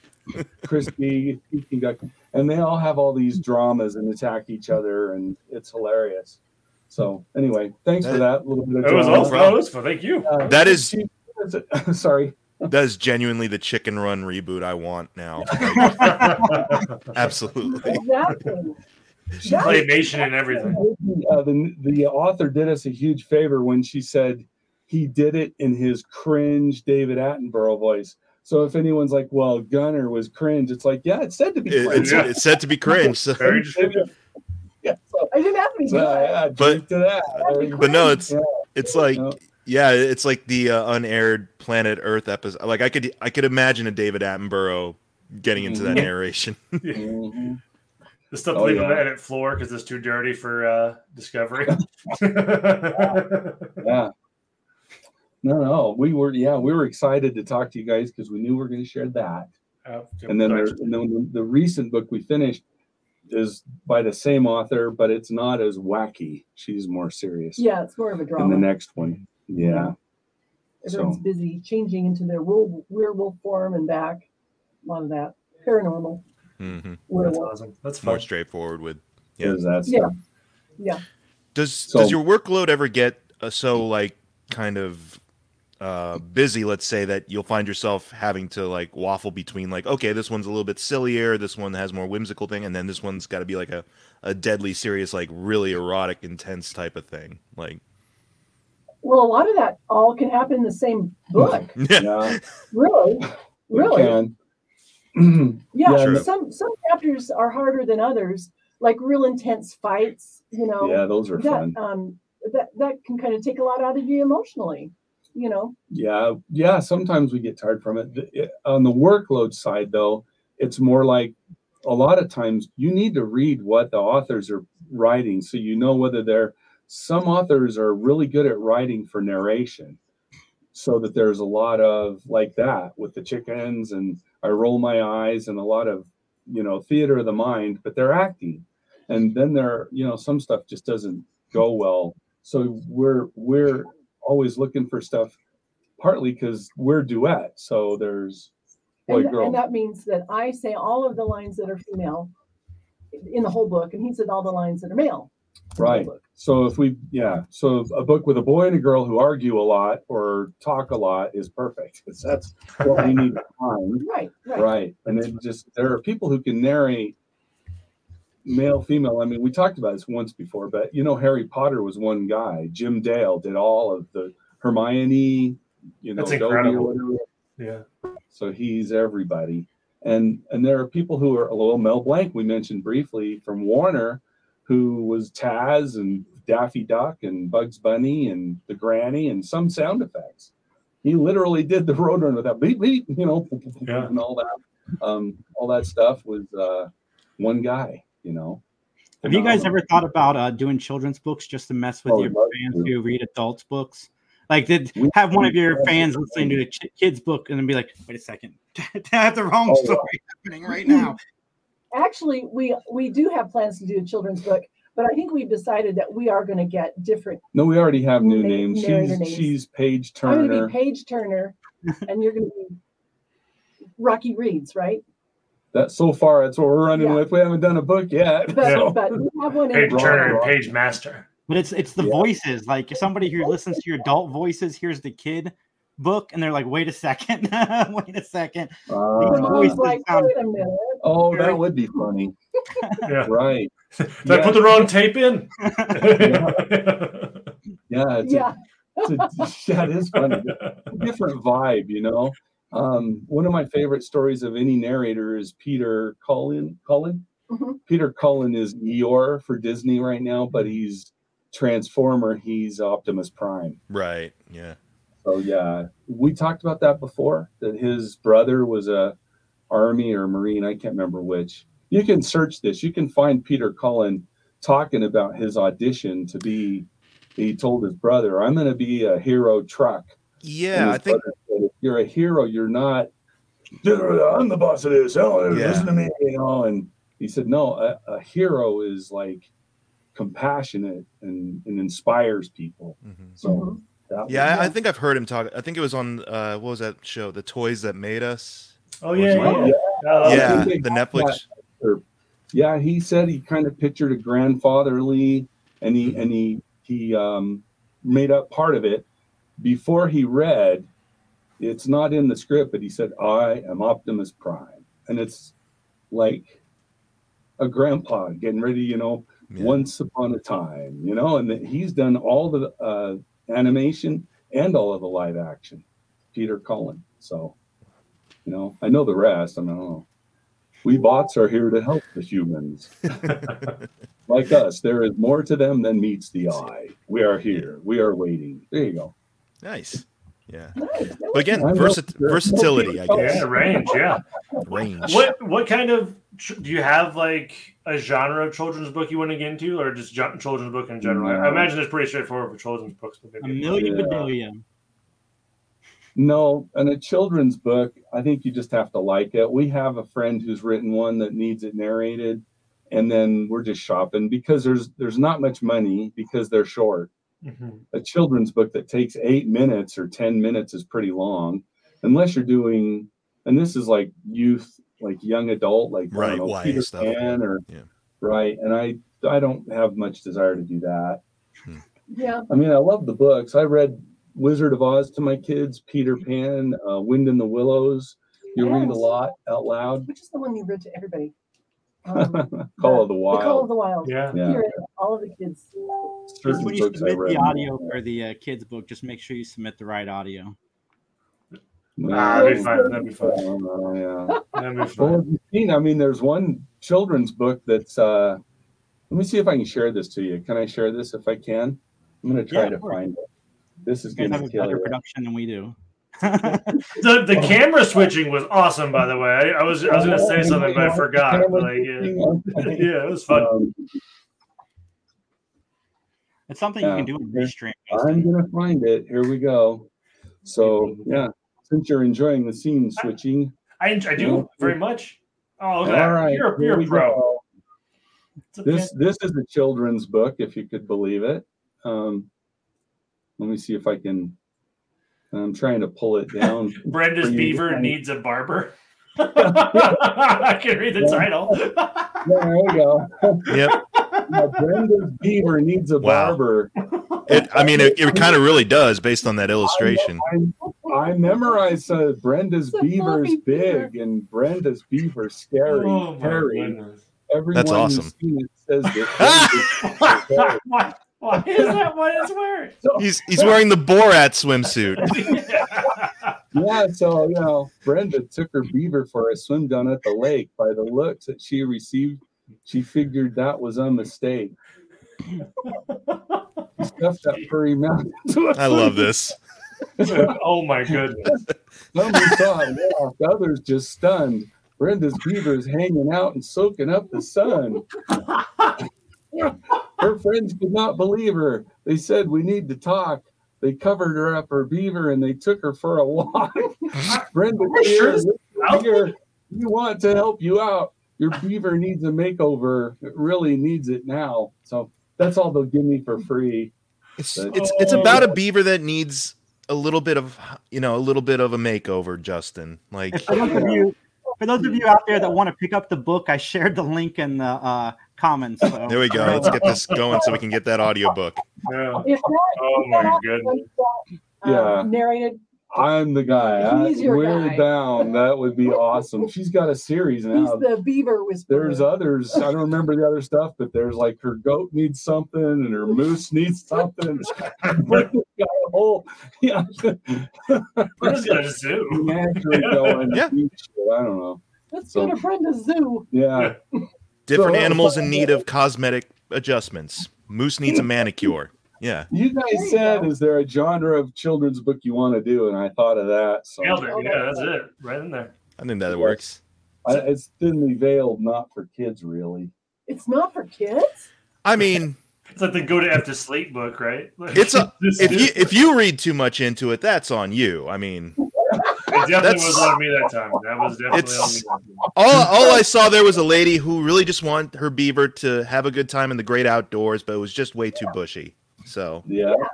B: crispy, Peking duck, and they all have all these dramas and attack each other, and it's hilarious. So anyway, thanks for that little bit of
F: That was
B: drama.
F: awesome. That was fun. Thank you.
B: Uh,
E: That is
B: sorry.
E: that is genuinely the Chicken Run reboot I want now. Absolutely.
D: Exactly. That-
F: Claymation and everything.
B: Uh, the, the author did us a huge favor when she said he did it in his cringe David Attenborough voice. So if anyone's like, "Well, Gunner was cringe," it's like, "Yeah, it's said to be
E: It-
B: cringe."
E: it's, it's said to be cringe. so-
F: Very descriptive.
B: yeah, so,
D: I didn't have to be
B: so,
D: good.
B: yeah,
E: But-
B: drink to that.
E: but no, it's
B: Yeah.
E: it's like
B: No.
E: yeah, it's like the uh, unaired Planet Earth episode. Like I could I could imagine a David Attenborough getting into that
B: Mhm.
E: narration.
B: Mhm.
F: The stuff
B: Oh,
F: they leave on the
B: yeah.
F: edit floor because it's too dirty for uh, discovery.
B: Yeah. No, no, we were yeah, we were excited to talk to you guys because we knew we were going to share that. and then, there, and then the, the recent book we finished is by the same author, but it's not as wacky. She's more serious.
D: Yeah, it's more of a
B: In the
D: drama.
B: next one, yeah,
D: Everyone's
B: so-
D: busy changing into their were- werewolf form and back. A lot of that. Paranormal.
E: Mhm.
F: that's
D: Werewolf.
F: awesome. That's
E: More
F: fun.
E: straightforward with Yeah.
B: is that
D: Yeah.
B: stuff.
D: Yeah.
E: Does
B: So-
E: does your workload ever get uh, so like kind of uh, busy, let's say that you'll find yourself having to like waffle between like, okay, this one's a little bit sillier, this one has more whimsical thing, and then this one's got to be like a, a deadly serious, like really erotic, intense type of thing. Like,
D: Well, a lot of that all can happen in the same book.
B: Yeah,
D: really,
B: we
D: really. Um,
B: can.
D: Yeah,
B: Yeah,
E: true.
D: some some chapters are harder than others, like real intense fights. You know,
B: yeah, those are fun.
D: that um, that that can kind of take a lot out of you emotionally. You know,
B: Yeah, yeah. Sometimes we get tired from it. The- it- On the workload side, though, it's more like a lot of times you need to read what the authors are writing so you know whether they're. Some authors are really good at writing for narration, so that there's a lot of like that with the chickens and I roll my eyes and a lot of you know theater of the mind, but they're acting, and then they're you know some stuff just doesn't go well. So we're we're always looking for stuff partly because we're duet, so there's boy
D: and,
B: girl.
D: and that means that I say all of the lines that are female in the whole book, and he said all the lines that are male. in the whole
B: Right.
D: book.
B: so if we yeah, so a book with a boy and a girl who argue a lot or talk a lot is perfect 'cause that's what we need to find.
D: Right. Right.
B: Right. And then just there are people who can narrate male, female. I mean, we talked about this once before, but you know, Harry Potter was one guy. Jim Dale did all of the Hermione, you know,
F: That's
B: Dobby or
F: incredible.
B: whatever.
F: Yeah.
B: So he's everybody. And and there are people who are well, Mel Blanc, we mentioned briefly from Warner, who was Taz and Daffy Duck and Bugs Bunny and the Granny and some sound effects. He literally did the Roadrunner with that beep beep, you know,
F: Yeah.
B: and all that. Um, all that stuff was uh, one guy, you know. Um,
C: Have you guys
B: Phenomenal.
C: ever thought about uh, doing children's books just to mess with
B: Oh,
C: your
B: I'd love
C: fans
B: to.
C: who read adults' books? Like, did
B: We-
C: have one of your
B: we-
C: fans listening to a ch- kid's book and then be like, "Wait a second, that's the
B: Oh,
C: wrong
B: wow.
C: story happening right now."
D: Actually, we we do have plans to do a children's book, but I think we've decided that we are going to get different.
B: No, we already have new
D: Ma-
B: names.
D: narrator
B: She's
D: names.
B: she's Paige
D: I'm going to
B: Turner.
D: be Paige Turner, and you're going to be Rocky Reeds, right?
B: That so far that's what we're running
D: Yeah.
B: with. We haven't done a book yet.
D: But,
F: Yeah.
D: but we have one in
F: Page
B: Right.
F: Turner and Page Master.
C: But it's it's the
B: Yeah.
C: voices. Like if somebody who listens to your adult voices hears the kid book and they're like, "Wait a second, wait a second,
D: The
B: Ah.
D: mom's
C: voices
D: like,
C: sound-
D: wait a minute.
B: Oh,
C: Very-
B: that would be funny.
F: Yeah.
B: Right.
F: Did I put the wrong tape in?
B: Yeah. It's
D: Yeah,
B: A, it's a, that is funny. It's a different vibe, you know. Um, one of my favorite stories of any narrator is Peter Cullen. Cullen.
D: Mhm.
B: Peter Cullen is Eeyore for Disney right now, but he's Transformer. He's Optimus Prime.
E: right. Yeah.
B: So yeah, we talked about that before. That his brother was a army or marine. I can't remember which. You can search this. You can find Peter Cullen talking about his audition to be. He told his brother, "I'm going to be a hero truck." And
E: Yeah.
B: his
E: I think,
B: brother said, if you're a hero, you're not. I'm the boss of this. Oh,
E: Yeah.
B: listen to me, you know. And he said, "No, a, a hero is like compassionate and, and inspires people."
E: Mhm.
B: So
D: Mhm.
B: that
E: yeah,
B: was-
E: I, I think I've heard him talk. I think it was on, uh, what was that show? The Toys That Made Us.
F: oh yeah, yeah.
B: Yeah.
F: Oh,
B: Uh, I
E: yeah.
B: think
E: The
B: they
E: Netflix.
B: yeah he said he kind of pictured a grandfatherly and he and he he um made up part of it before he read it's not in the script but he said i am optimus prime and it's like a grandpa getting ready you know
E: Yeah.
B: once upon a time you know and that he's done all the uh animation and all of the live action peter cullen so you know i know the rest i mean, I don't know we bots are here to help the humans like us, there is more to them than meets the eye. We are here. We are waiting. There you go.
E: Nice. Yeah.
D: nice.
E: But again,
B: I know.
E: versa- versatility, I
B: Okay.
E: guess.
F: Yeah, range, yeah.
E: Range.
F: What what kind of ch- do you have like a genre of children's book you want to get into, or just gen- children's book in general? I- I
B: No.
F: imagine it's pretty straightforward for children's books, but
C: a
F: maybe
C: million
B: Yeah.
C: billion.
B: No, in a children's book, I think you just have to like it. We have a friend who's written one that needs it narrated, and then we're just shopping because there's there's not much money because they're short.
F: Mhm.
B: a children's book that takes eight minutes or 10 minutes is pretty long, unless you're doing, and this is like youth, like young adult, like I
E: Right,
B: don't know,
E: YA
B: Peter
E: stuff.
B: Pan or
E: Yeah.
B: right. And I, I don't have much desire to do that.
D: Yeah,
B: I mean, I love the books. I read Wizard of Oz to my kids, Peter
C: Mm-hmm.
B: Pan, uh, Wind in the Willows. You read a
D: Yes.
B: lot out loud.
D: Which is the one you read to everybody? Um,
B: Call of the
D: the Call
B: Wild.
D: of the Wild.
F: Yeah.
B: Yeah.
D: Here, all of the kids.
B: Certain
C: when you
B: books I
C: submit
B: read.
C: the audio for the uh, kids book, just make sure you submit the right audio.
F: Ah, that'd be fun. That'd be fun.
B: Oh, yeah.
F: That'd be fun.
B: Well, have you seen? I mean, there's one children's book that's. uh Let me see if I can share this to you. Can I share this? If I can, I'm going to try
C: Yeah,
B: to
C: of course.
B: find it. This is
C: You
B: going
C: guys
B: to
C: have a
B: kill
C: better
B: you.
C: production than we do.
F: The, the camera switching was awesome, by the way. I, I was I was gonna say something, but I forgot. Like, yeah, yeah it was fun.
B: Um,
C: It's something you
B: Yeah.
C: can do in restream.
B: I'm gonna find it. Here we go. So yeah, since you're enjoying the scene switching,
F: I, en- I do very much. Oh, look at that.
B: all right.
F: You're,
B: here
F: you're
B: we
F: a pro.
B: go.
F: It's a
B: This this is a children's book, if you could believe it. Um, let me see if I can. I'm trying to pull it down.
F: fan- Brenda's
B: for you.
F: beaver needs a barber. I can read the
B: Yeah.
F: title.
B: there we go.
E: Yep.
B: Now, Brenda's beaver needs a
E: Wow.
B: barber.
E: It, I mean, it, it kind of really does based on that illustration.
B: I memorized uh, Brenda's
D: It's a
B: beaver's
D: fluffy beaver.
B: big and Brenda's beaver scary.
F: oh my
B: hairy.
F: goodness.
B: Everyone
E: That's
B: who's
E: awesome.
B: seen it says that
F: why, why is that what it's wearing?
E: He's he's wearing the Borat swimsuit.
B: yeah, so you know, Brenda took her beaver for a swim down at the lake. By the looks that she received, she figured that was a mistake. She Stuffed that furry mouth. into a
E: I love this.
F: oh my goodness.
B: Some we saw it walk, others just stunned. Brenda's beaver is hanging out and soaking up the sun. Her friends could not believe her. They said, We need to talk. They covered her up her beaver and they took her for a walk. Brenda,
F: Are you sure
B: here,
F: this
B: listen here, we want to help you out. Your beaver needs a makeover. It really needs it now. So that's all they'll give me for free.
E: It's it's it's about a beaver that needs a little bit of you know a little bit of a makeover, Justin. Like
C: For those of you, for those of you out there that want to pick up the book, I shared the link in the uh, comments. So.
E: there we go. Let's get this going so we can get that audiobook.
F: Yeah.
D: If that,
F: Oh my goodness.
D: if that uh,
B: Yeah.
D: narrated,
B: I'm the guy.
D: He's
B: I-
D: your
B: we're
D: guy.
B: down. That would be awesome. She's got a series
D: he's
B: now.
D: the beaver whisperer.
B: There's others. I don't remember the other stuff, but there's like her goat needs something and her moose needs something. Brenda's got a whole- yeah.
F: We're just gonna zoom.
B: Menagerie going.
E: Yeah.
B: I don't know.
D: Let's
B: so-
D: go to Brenda's zoo.
B: Yeah.
E: Different animals in need of cosmetic adjustments. Moose needs a manicure. Yeah.
B: You
D: There
B: guys
D: you
B: said,
D: go.
B: is there a genre of children's book you want to do? And I thought of that. So
F: Nailed it. Yeah, that's it. Right in there.
E: I think that works.
B: I, it's thinly veiled, not for kids, really.
D: It's not for kids.
E: I mean,
F: It's like the go to F to sleep book, right? Like,
E: It's a-
F: this
E: if
F: is-
E: you if you read too much into it, that's on you. I mean,
F: It definitely
E: That's-
F: was on me that time. That was definitely on me.
E: It's-
F: that time.
E: all all I saw there was a lady who really just wanted her beaver to have a good time in the great outdoors, but it was just way too bushy. So
B: Yeah.
D: Yeah.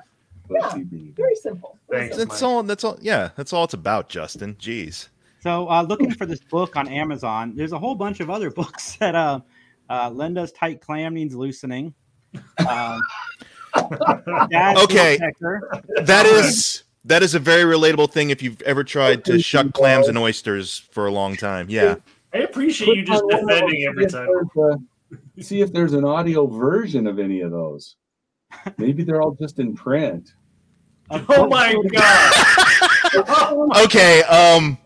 B: Bushy bee.
D: Very simple.
F: Thanks.
E: that's all. That's all. Yeah, that's all it's about, Justin. Jeez.
C: So, uh, looking for this book on Amazon, there's a whole bunch of other books that uh, uh, Linda's tight clam needs loosening. Um, Dad's
E: Okay.
C: Woodpecker.
E: That is that is a very relatable thing if you've ever tried to shuck clams and oysters for a long time. Yeah.
F: I appreciate you just
B: Click on one of those,
F: defending
B: see
F: every
B: if
F: time.
B: there's a- See if there's an audio version of any of those. Maybe they're all just in print.
C: A
F: Oh
C: book
F: my
C: filled-
F: god!
E: Okay. Um.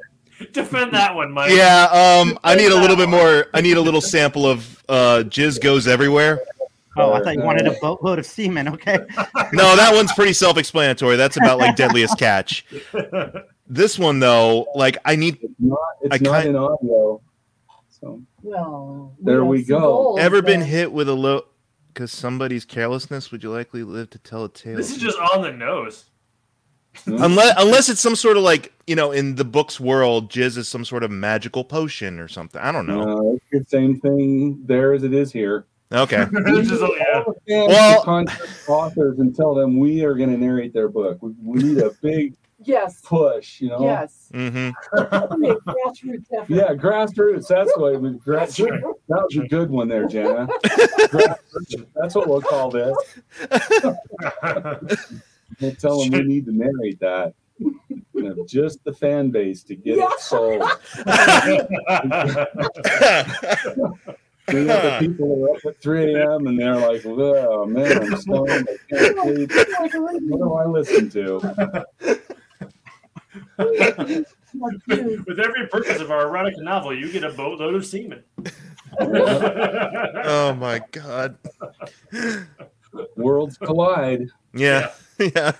F: Defend that one, Mike.
E: Yeah. Um. I need a little bit more. I need a little sample of uh, jizz goes everywhere.
C: Oh, I thought you wanted a boatload of semen. Okay.
E: No, that one's pretty self-explanatory. That's about like deadliest catch. This one though, like I need
B: It's not, it's
E: I
B: not
E: can't-
B: in audio. So
D: Well,
B: There
D: have
B: we go.
D: some goals
E: ever been
D: there.
E: hit with a low because somebody's carelessness would you likely live to tell a tale.
F: This is just on the nose.
E: unless unless it's some sort of like you know in the book's world, jizz is some sort of magical potion or something. I don't know.
B: No, Uh, it's the same thing there as it is here.
E: Okay.
F: This is all- yeah.
B: All the fans
E: Well-
B: should contact authors and tell them we are going to narrate their book. We, we need a big
D: Yes.
B: push, you know?
D: Yes.
E: hmm
D: Definitely a grassroots effort.
B: Yeah, grassroots. That's what we, grass,
F: That's right.
B: that was a good one there, Jana. Grassroots, that's what we'll call this. We'll tell them we need to narrate that. You know, just the fan base to get it sold. We got the people who are up at 3 a.m. and they're like, oh man, I'm stoned. I can't sleep. What do I listen to?
F: With every purchase of our erotic novel, you get a boatload of semen.
E: oh my god.
B: Worlds collide.
E: Yeah. Yeah.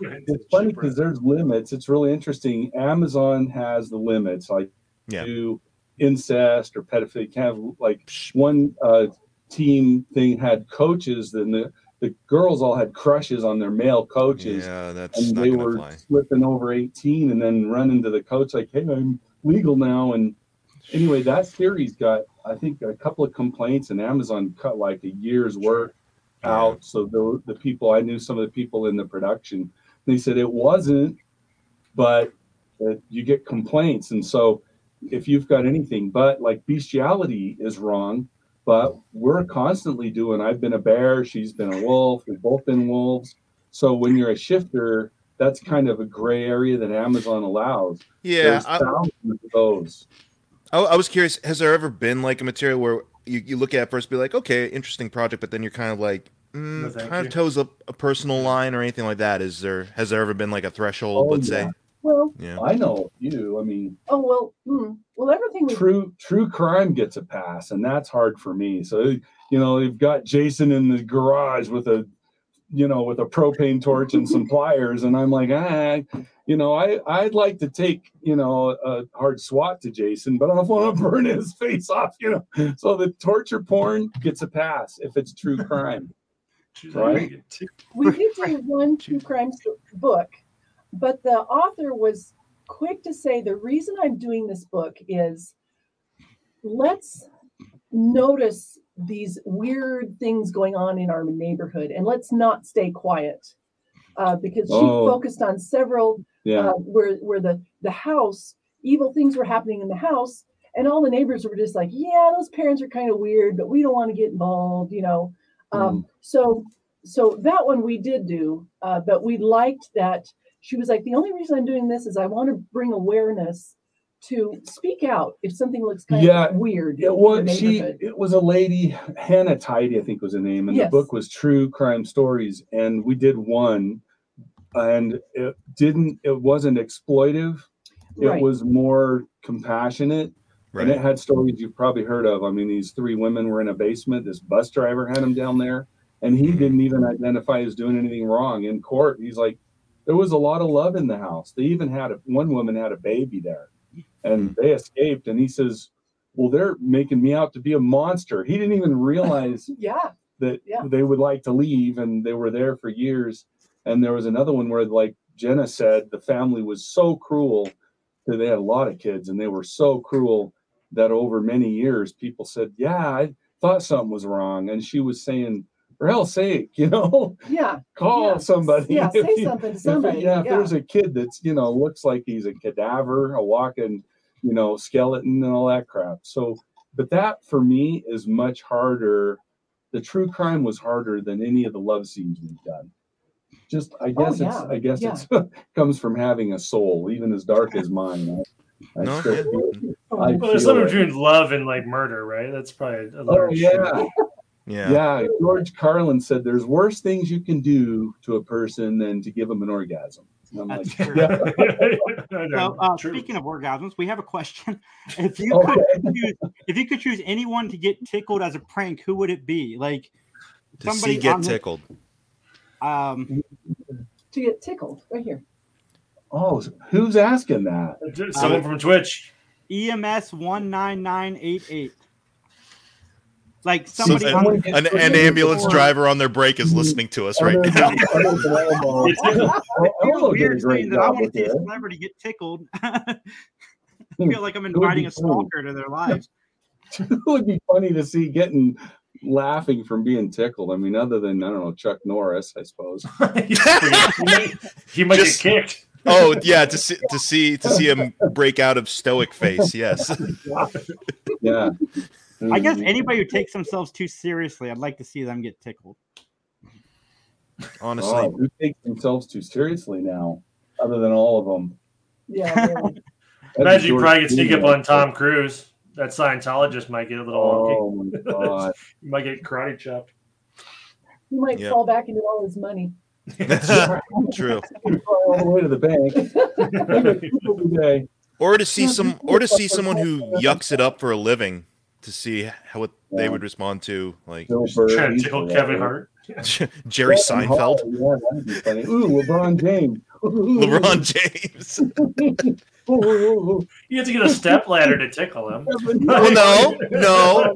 B: It's funny because there's limits. It's really interesting. Amazon has the limits, like
E: Yeah.
B: to incest or pedophilia. Kind of like one uh, team thing had coaches, then the, the girls all had crushes on their male coaches.
E: Yeah, that's
B: and
E: not
B: they
E: gonna
B: were
E: fly.
B: slipping over 18 and then running to the coach like hey i'm legal now and anyway that series got i think a couple of complaints and amazon cut like a year's work out so the, the people i knew some of the people in the production they said it wasn't but that you get complaints and so if you've got anything but like bestiality is wrong but we're constantly doing i've been a bear she's been a wolf we've both been wolves so when you're a shifter that's kind of a gray area that amazon allows
E: Yeah.
B: There's
E: I,
B: thousands of those
E: I, Oh, I was curious, has there ever been like a material where you, you look at it first be like, okay, interesting project, but then you're kind of like mm,
F: No, thank
E: kind
F: you.
E: of toes up a personal line or anything like that. Is there has there ever been like a threshold,
B: Oh,
E: let's
B: yeah. Uh,
E: say?
D: Well,
E: Yeah.
B: i know you i mean
D: oh well, hmm, well everything we
B: true true crime gets a pass and that's hard for me so you know you've got jason in the garage with a you know with a propane torch and some pliers and i'm like ah you know i i'd like to take you know a hard swat to jason but i don't want to burn his face off you know so the torture porn gets a pass if it's true crime
F: She's
B: Right.
D: we did do one true crime sto- book, but the author was quick to say the reason I'm doing this book is let's notice these weird things going on in our neighborhood and let's not stay quiet uh, because she
B: Oh.
D: focused on several
B: yeah
D: uh, where where the the house evil things were happening in the house and all the neighbors were just like yeah those parents are kind of weird but we don't want to get involved you know um, so so that one we did do uh, but we liked that she was like the only reason i'm doing this is i want to bring awareness to speak out if something looks kind
B: Yeah,
D: of weird
B: It
D: in
B: was
D: your
B: she.
D: neighborhood.
B: It was a lady, Hannah Tidy, I think was her name, and
D: Yes.
B: the book was True Crime Stories. And we did one, and it didn't. It wasn't exploitive. It
D: Right.
B: was more compassionate, and it
E: Right.
B: had stories you've probably heard of. I mean, these three women were in a basement. This bus driver had them down there, and he
E: Mhm.
B: didn't even identify as doing anything wrong in court. He's like, there was a lot of love in the house. They even had a, one woman had a baby there, and they escaped. And he says, "Well, they're making me out to be a monster." He didn't even realize
D: yeah
B: that
D: Yeah.
B: they would like to leave and they were there for years and there was another one where like jenna said the family was so cruel that they had a lot of kids and they were so cruel that over many years people said yeah i thought something was wrong and she was saying for hell's sake you know
D: yeah
B: call
D: yeah.
B: somebody
D: yeah
B: if
D: say
B: you-
D: something to
B: if it-
D: somebody
B: yeah, if
D: yeah.
B: there's a kid that's you know looks like he's a cadaver, a walking, you know, skeleton and all that crap. So, but that for me is much harder. The true crime was harder than any of the love scenes we've done. Just, I guess it's,
D: Oh, yeah,
B: I guess it's comes from having a soul, even as dark as mine. I, I
E: No,
B: still
E: yeah.
B: feel-
D: Oh,
B: I
F: Well, there's
B: feel
F: something
B: it.
F: between love and like murder, right? That's probably a
B: Oh
F: large
B: yeah,
E: Yeah.
B: yeah. George Carlin said there's worse things you can do to a person than to give them an orgasm. And I'm
C: That's
B: like,
C: true.
B: yeah,
F: I know,
C: So, uh,
F: true.
C: speaking of orgasms, we have a question. If you
B: Okay.
C: could choose, if you could choose anyone to get tickled as a prank, who would it be? Like,
E: To
C: Somebody
E: see get
C: on the-
E: tickled.
C: um,
D: to get tickled right here
B: oh, who's asking that?
F: Uh,
B: uh,
F: Someone from Twitch.
C: EMS E one nine nine eight eight. Like somebody,
E: an-
C: on the-
E: An, an ambulance driver on their break is listening to us right now.
F: It's
B: now.
C: feel weird saying that I want to see a celebrity get tickled. I feel like I'm
B: Hmm. would be
C: inviting a
B: funny.
C: stalker to their lives.
B: It would be funny to see getting laughing from being tickled. I mean, other than I don't know Chuck Norris, I suppose.
F: he might, he might
E: Just-
F: get kicked.
E: Oh yeah, to see to see to see him break out of stoic face. Yes.
B: Yeah. Mm.
C: I guess anybody who takes themselves too seriously, I'd like to see them get tickled.
E: Honestly,
B: God, Oh, who takes themselves too seriously now? Other than all of them,
D: Yeah. really.
B: That'd be
F: Imagine you
B: George
F: probably could sneak
B: Clooney.
F: up on Tom Cruise. That Scientologist might get a little oh.
B: Oh my god!
F: You might get karate chopped.
D: He might
E: Yeah.
D: fall back into all his money.
E: true.
B: all the way to the bank every day.
E: Or to see some, or to see someone who yucks it up for a living to see how what they would respond to, like
B: Bill Burr,
F: Trying to
B: he's
F: tickle
B: forever.
F: Kevin Hart.
E: Jerry Seinfeld,
B: Oh, yeah, that'd be funny. Ooh, LeBron James.
E: LeBron James.
B: Ooh,
F: You have to get a step ladder to tickle him.
B: Kevin Hart.
E: Well, no, no.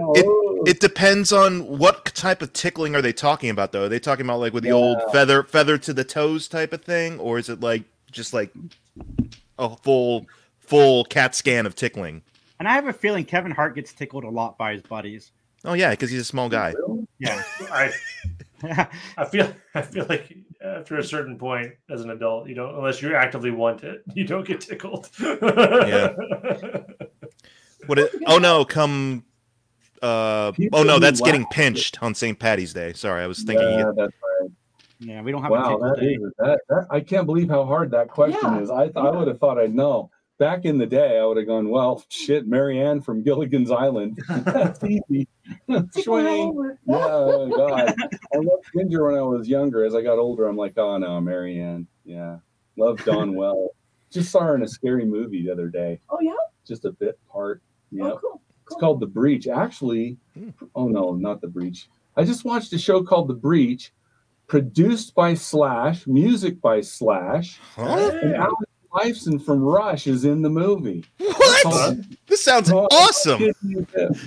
B: Oh,
E: It depends on what type of tickling are they talking about, though. Are they talking about like with the old feather feather to the toes type of thing, or is it like just like a full full cat scan of tickling?
C: And I have a feeling Kevin Hart gets tickled a lot by his buddies.
E: Oh yeah, because he's a small guy.
C: Yeah.
F: I, I feel I feel like after a certain point as an adult, you don't unless you actively want it, you don't get tickled.
E: Yeah. What? It, oh no, come. Uh, oh no, that's getting pinched on St. Patty's Day. Sorry, I was thinking. you
B: yeah,
E: get-
B: that's right.
C: yeah, we don't have
B: Wow,
C: a
B: that
C: tickle
B: is that, that. I can't believe how hard that question
D: Yeah.
B: is. I th- I would have thought I'd know. Back in the day, I would have gone, well, shit, Marianne from Gilligan's Island. That's easy. Swing. Yeah, oh, God. I loved Ginger when I was younger. As I got older, I'm like, oh no, Marianne. Yeah. Love Dawn well. Just saw her in a scary movie the other day.
D: Oh yeah.
B: Just a bit part. Yeah.
D: Oh, cool.
B: It's called The Breach. Actually,
E: Hmm.
B: oh no, not The Breach. I just watched a show called The Breach, produced by Slash, music by Slash,
E: Huh?
B: and Alex Lifeson from Rush is in the movie.
E: What? This sounds
B: Oh,
E: awesome.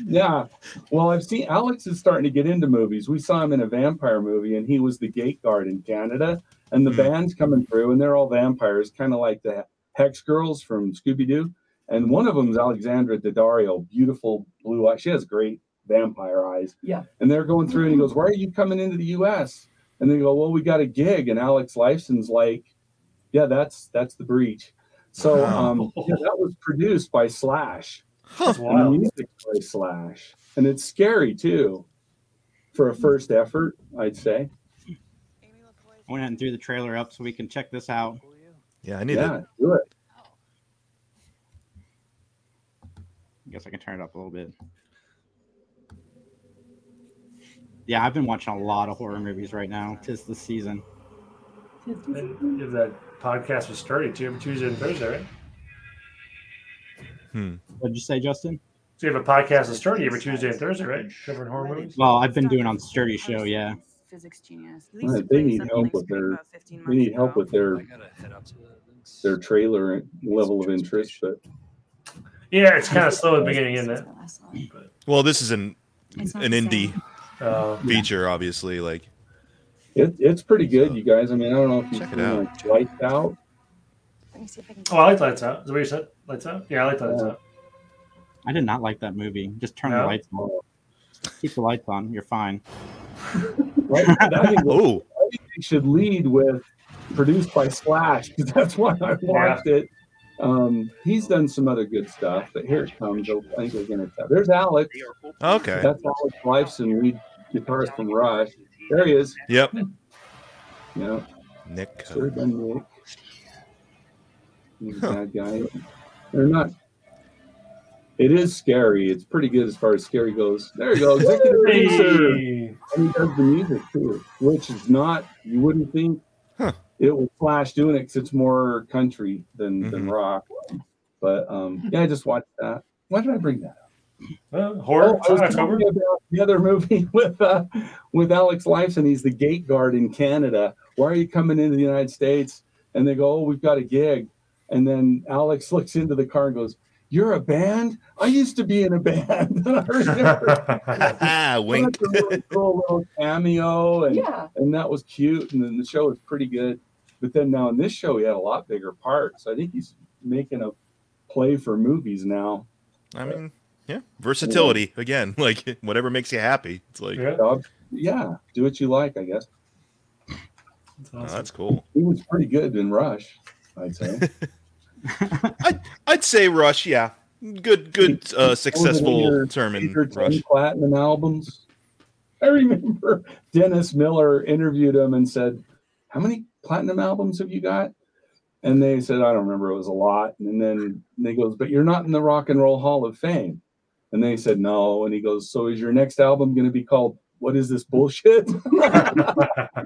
B: yeah. Well, I've seen Alex is starting to get into movies. We saw him in a vampire movie, and he was the gate guard in Canada. And the
E: Hmm.
B: band's coming through, and they're all vampires, kind of like the Hex Girls from Scooby Doo. And one of them is Alexandra Daddario, beautiful blue eyes. She has great vampire eyes.
D: Yeah.
B: And they're going through, and he goes, "Why are you coming into the U.S.?" And they go, "Well, we got a gig." And Alex Lifeson's like, "Yeah, that's that's the breach." So
E: Wow.
B: um, yeah, that was produced by Slash.
E: Huh.
B: And the
F: wow.
B: music by Slash, and it's scary too, for a first effort, I'd say.
C: I went out and threw the trailer up so we can check this out.
E: Yeah, I need
B: Yeah, do it.
C: I guess I can turn it up a little bit. Yeah, I've been watching a lot of horror movies right now. Tis the season.
F: If that podcast was started too every Tuesday and Thursday, right?
E: it. Hmm.
C: What did you say, Justin?
F: So you have a podcast that's started every Tuesday and Thursday, right? Covering horror movies.
C: Well, I've been doing on Sturdy Show, yeah.
G: Physics genius.
B: Yeah, they need help with their- They need help with their their trailer level of interest, but
F: Yeah, it's kind of slow at the beginning, isn't it?
E: Well, this is an
G: It's not
E: an
G: the
E: indie
G: same.
F: Uh,
E: feature, obviously. Like,
B: it, it's pretty good, you guys. I mean, I don't know if you
E: Check it
B: seen,
E: out.
B: like, lights out.
F: oh, I like lights out. Is that what you said? Lights out? Yeah, I like lights out.
C: I did not like that movie. Just turn the
F: No?
C: lights on. Keep the lights on. You're fine.
B: Right? I think we
E: oh,
B: should lead with produced by Slash because that's why I watched it. Um, he's done some other good stuff, but here it comes. I think we're gonna. There's Alex.
E: okay.
B: That's Alex Lifeson, lead guitarist from Rush. There he is.
E: Yep.
B: Yeah.
E: Nick. Code.
B: Sure, done Nick. He's a Bad guy. They're not. It is scary. It's pretty good as far as scary goes. There you go, executive producer,
F: Hey.
B: and he does the music too, which is not. You wouldn't think
E: Huh.
B: it was Flash doing it 'cause it's more country than than
E: Mhm.
B: rock. But um, yeah, I just watched that. Why did I bring that? up?
F: Well, horror.
B: Oh, I
F: it's
B: was
F: not
B: talking
F: October.
B: about the other movie with uh, with Alex Lifeson. He's the gate guard in Canada. Why are you coming into the United States? And they go, "Oh, we've got a gig." And then Alex looks into the car and goes, "You're a band? I used to be in a band." And I remember
E: Ah, wink.
B: that's a really cool little cameo, and
D: Yeah.
B: and that was cute. And then the show was pretty good. But then now in this show, he had a lot bigger parts. I think he's making a play for movies now.
E: I mean, yeah, versatility again. Like whatever makes you happy. It's like
F: Yeah,
B: Dog- Yeah, do what you like, I guess.
F: that's
E: oh,
F: awesome.
E: that's cool.
B: He was pretty good in Rush, I'd say.
E: I'd say Rush. Yeah, good, good, uh, successful
B: Over the year,
E: term in
B: Featured
E: Rush.
B: ten platinum albums. I remember Dennis Miller interviewed him and said, How many platinum albums have you got? And they said, I don't remember, it was a lot. And then they goes, But you're not in the Rock and Roll Hall of Fame. And they said, No. And he goes, So is your next album going to be called What Is This Bullshit?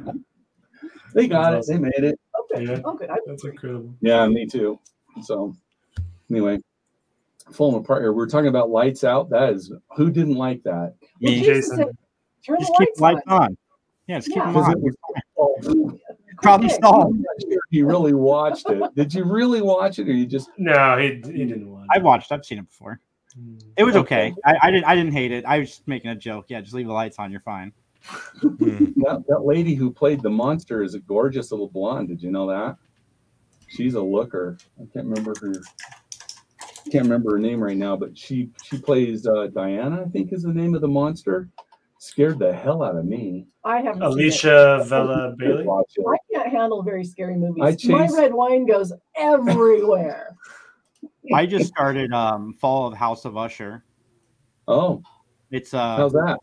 B: they got it. They made it.
D: Okay.
F: Yeah.
D: Oh, good. I,
F: That's incredible.
B: Yeah, me too. So, anyway, falling apart here. We were talking about Lights Out. That is, who didn't like that?
D: well,
C: Me.
F: Jason.
D: said, Turn
C: Just
D: the
C: keep
D: lights
C: lights
D: on.
C: on. Yeah, just keep
D: Yeah.
C: them
B: Because
C: on.
B: it was oh, all
C: Problem
D: Quick.
C: solved.
B: He really watched it. Did you really watch it, or you just?
F: No, he, he didn't want.
C: I've watched. I've seen it before.
F: Mm.
C: It was
B: Okay.
C: okay. I, I didn't. I didn't hate it. I was just making a joke. Yeah, just leave the lights on. You're fine.
E: Mm.
B: That, that lady who played the monster is a gorgeous little blonde. Did you know that? She's a looker. I can't remember her. Can't remember her name right now, but she she plays uh, Diana. I think is the name of the monster. Scared the hell out of me.
D: I haven't seen it.
F: Alicia Vela Bailey.
B: Watch it.
D: I can't handle very scary movies.
B: I
D: My
B: chase-
D: red wine goes everywhere.
C: I just started um Fall of House of Usher.
B: Oh,
C: It's uh
B: how's that?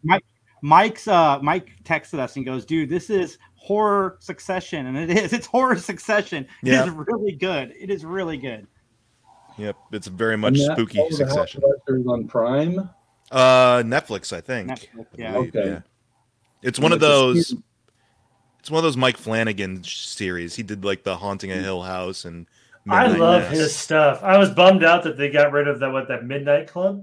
C: Mike's uh Mike texted us and goes, dude, this is horror succession. And it is, it's horror succession.
E: Yeah.
C: It is really good. It is really good.
E: Yep, it's very much
B: And that-
E: spooky
B: All the House
E: succession.
B: of Usher is on Prime.
E: Uh, Netflix, I think.
C: Netflix,
E: I
C: yeah.
E: believe,
B: Okay.
E: It's one of
B: It's a
E: those.
B: scary-
E: It's one of those Mike Flanagan sh- series. He did like the Haunting of Hill House and.
F: I
E: Midnight
F: love
E: Mass.
F: his stuff. I was bummed out that they got rid of that. What that Midnight Club?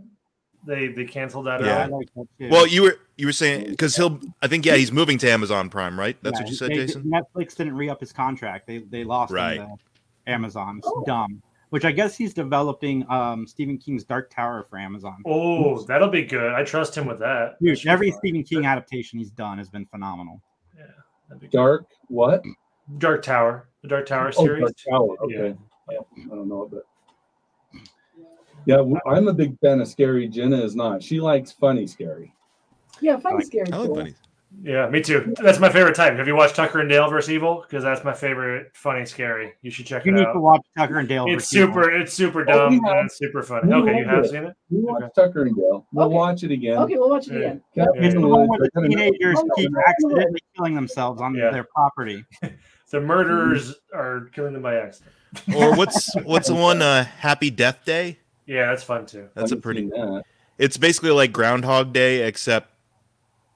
F: They they canceled that.
E: Yeah.
C: I
F: out.
C: like that too.
E: Well, you were you were saying because he'll. I think yeah, he's moving to Amazon Prime, right? That's
C: Yeah,
E: what you said,
C: they-
E: Jason.
C: Netflix didn't re up his contract. They they lost him
E: Right.
C: to Amazon. It's
D: Oh.
C: dumb. Which I guess he's developing um Stephen King's Dark Tower for Amazon.
F: Oh, that'll be good. I trust him with that. That
C: Dude,
F: should be
C: every
F: fine.
C: Stephen King adaptation he's done has been phenomenal.
F: That'd be good.
B: Dark what?
F: Dark Tower, the Dark Tower
B: Oh,
F: series.
B: Dark Tower.
F: Yeah.
B: Okay. I don't know, but yeah, w- I'm a big fan of scary. Jenna is not. She likes funny scary.
D: Yeah, find
C: Like,
D: scary.
E: I like
D: cool.
E: funny.
F: Yeah, me too. That's my favorite type. Have you watched Tucker and Dale versus Evil? Because that's my favorite, funny, scary. You should check
C: You
F: it
C: need
F: out.
C: to watch Tucker and Dale.
F: It's
C: versus Evil.
F: super. It's super
B: Oh, we
F: dumb
B: have.
F: and it's super funny.
B: We
F: Okay, you
B: have
F: have
B: it.
F: seen it.
B: We watch
F: Okay.
B: Tucker and Dale. We'll
D: Okay.
B: watch it again.
D: Okay, we'll watch it
F: Yeah.
D: again.
B: Captain
F: It's
C: It's the one
B: Woods,
C: where
B: I
C: the
B: kinda know-
C: teenagers
D: Oh,
C: keep
D: no.
C: accidentally killing themselves on
F: Yeah.
C: their property.
F: The murderers
B: Mm-hmm.
F: are killing them by accident.
E: Or what's what's the one? Uh, Happy Death Day.
F: Yeah, that's fun too.
E: That's a
B: haven't
E: pretty.
B: seen that.
E: It's basically like Groundhog Day, except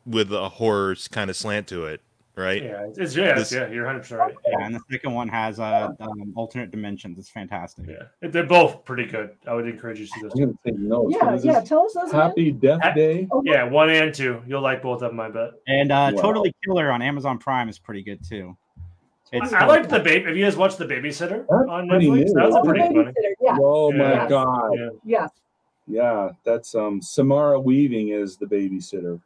E: with a horror kind of slant to it, right?
F: Yeah, it's, it's yeah,
E: This-
F: yeah. You're 100 percent right.
C: Yeah, and the second one has uh, um, alternate dimensions. It's fantastic.
F: Yeah, It- they're both pretty good. I would encourage you to see those.
B: I'm
F: Two.
B: gonna take notes.
D: Yeah,
B: Oh, This is
D: yeah. Tell us those again.
B: Happy Death
F: Ha-
B: Day.
D: Oh,
F: Yeah, one and two. You'll like both of them, I bet.
C: And uh,
B: Wow.
C: Totally Killer on Amazon Prime is pretty good too. It's
F: I liked the baby. Have you guys watched the Babysitter
B: That's
F: on
B: pretty
F: Netflix?
B: new.
F: That was
D: Oh,
F: a
D: the
F: pretty funny.
D: babysitter. Yeah,
B: Oh my
F: Yeah.
B: god.
F: Yeah.
D: yeah.
B: Yeah, that's um Samara Weaving is the babysitter.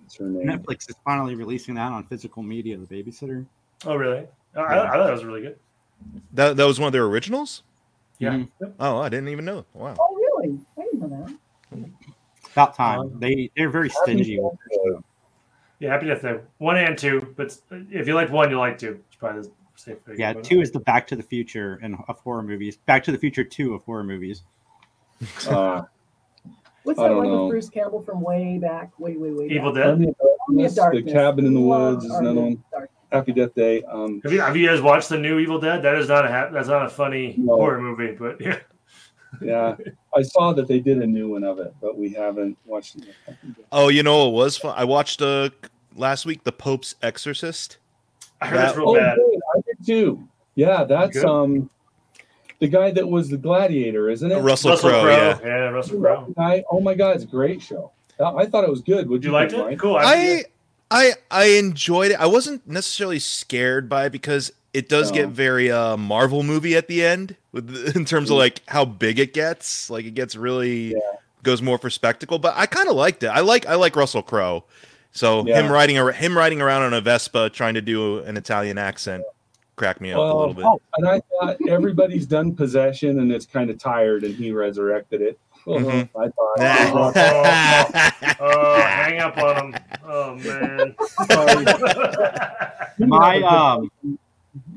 B: That's her name.
C: Netflix is finally releasing that on physical media. The Babysitter.
F: Oh really? I, I,
C: Yeah.
F: I thought it was really good.
E: That that was one of their originals.
F: Yeah.
C: Mhm.
E: Oh, I didn't even know. Wow.
D: Oh, really? I didn't know that.
C: About time.
F: Um,
C: they they're very stingy. with their stuff.
F: Yeah, Happy Death Day. One and two, but if you like one, you like two. It's probably the safe. thing.
C: Yeah,
F: But-
C: two is the Back to the Future and of horror movies. Back to the Future two of horror movies.
B: Uh,
D: What's
B: I
D: that
B: don't
D: one
B: know.
D: with Bruce Campbell from way back, way, way, way
F: Evil
D: back?
F: Dead.
B: Army of
D: Army
B: Darkness,
D: of
B: the
D: Darkness.
B: Cabin in the
D: Love
B: Woods is
D: Army
B: another
D: of
B: one.
D: Darkness.
B: Happy Death Day. Um,
F: Have you, have you guys watched the new Evil Dead? That is not a ha- that's not a funny
B: No.
F: horror movie, but yeah,
B: yeah, I saw that they did a new one of it, but we haven't watched it. yet.
E: Oh, you know it was fun. I watched uh last week the Pope's Exorcist.
F: I heard it's
E: That-
F: real
B: Oh,
F: bad.
B: good. I did too. Yeah, that's
F: Good.
B: um, the guy that was the gladiator, isn't it?
E: Russell,
F: Russell
E: Crowe.
F: Crowe,
E: Yeah.
F: yeah, Russell Crowe.
B: Guy- Oh my God, it's a great show. Uh, I I thought it was good. Would
F: You
B: you,
F: liked
B: think,
F: it?
B: Mike?
F: Cool.
E: I I I enjoyed it. I wasn't necessarily scared by it because it does get
B: No.
E: very uh Marvel movie at the end with the- in terms of like how big it gets. Like it gets really
B: Mm. Yeah.
E: goes more for spectacle, but I kind of liked it. I like I like Russell Crowe. So
B: Yeah.
E: him riding ar- him riding around on a Vespa trying to do an Italian accent cracked me up
B: Well,
E: a little bit.
C: oh,
B: And I thought everybody's done possession and it's kind of tired, and he resurrected it.
E: Mhm.
B: I thought.
F: Nah.
B: "Oh,
F: Oh, hang up on him. Oh man.
B: sorry." You have
C: My
B: a good
C: um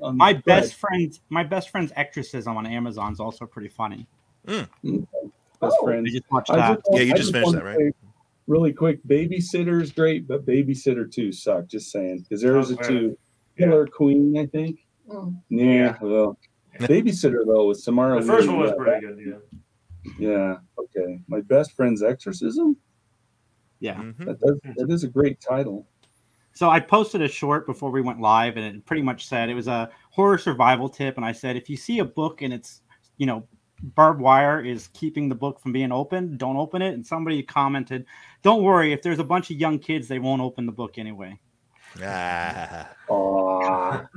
B: on
C: my
B: the
C: best friend's my best friend's exorcism on Amazon is also pretty funny.
B: best
D: Oh.
C: I
B: friend.
C: just watched
B: I
C: that.
B: just want-
E: Yeah, you
B: I
E: just finished
B: want
E: that,
B: to
E: right?
B: say, really quick, Babysitter's great, but Babysitter 2 sucked. Just saying. Because there was a
F: Oh,
B: two.
F: yeah.
B: Killer Queen, I think.
D: Mm.
B: Yeah,
F: Yeah.
B: well. Babysitter though with Samara.
F: The first
B: Lee,
F: one was
B: yeah,
F: pretty good. Yeah.
B: Yeah. Okay. My best friend's exorcism.
C: Yeah.
E: Mhm.
B: That, that, that is a great title.
C: So I posted a short before we went live, and it pretty much said it was a horror survival tip. And I said, if you see a book and it's, you know, barbed wire is keeping the book from being opened, don't open it. And somebody commented, don't worry, if there's a bunch of young kids, they won't open the book anyway.
E: Ah.
B: Aww.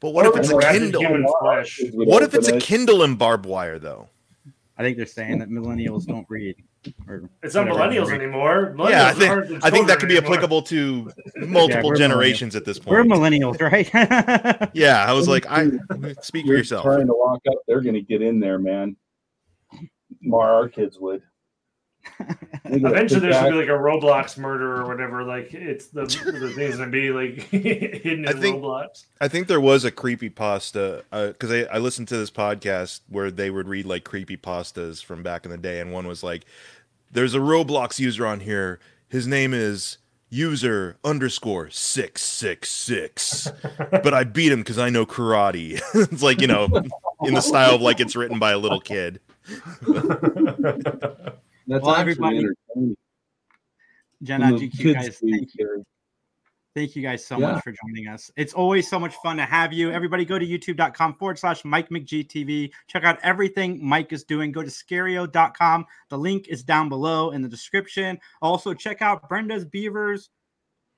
E: But what if it's a
B: Or-
E: Kindle?
F: Human flesh.
E: What if it's a Kindle and barbed wire though?
C: I think they're saying that millennials don't read. Or
F: It's not
C: whatever.
F: millennials anymore. Millennials
E: Yeah, I
F: aren't the
E: think I think that
F: children
E: could be
F: anymore.
E: applicable to multiple
C: we're
E: generations at this
C: We're
E: point.
C: millennials, right?
E: Yeah, I was like, I speak for
B: You're
E: yourself.
B: trying to lock up. They're going to get in there, man. Mar, our kids would. They get
F: Eventually,
B: kicked
F: there should
B: back.
F: be like a Roblox murder or whatever. Like it's the the thing's gonna be like hidden
E: I
F: in
E: think-
F: Roblox.
E: I think there was a creepy pasta because I, I listened to this podcast where they would read like creepy pastas from back in the day, and one was like, "There's a Roblox user on here. His name is user underscore six six six, but I beat him because I know karate." it's like you know, in the style of like it's written by a little kid.
B: That's
C: Well,
B: actually
C: everybody-
B: entertaining.
C: Gen
B: When the
C: IGQ
B: kids
C: guys,
B: see
C: thank
B: Carrie.
C: Thank you guys so
B: Yeah.
C: much for joining us. It's always so much fun to have you. Everybody go to youtube.com forward slash Mike McGTV. Check out everything Mike is doing. Go to scario.com. The link is down below in the description. Also, check out Brenda's Beavers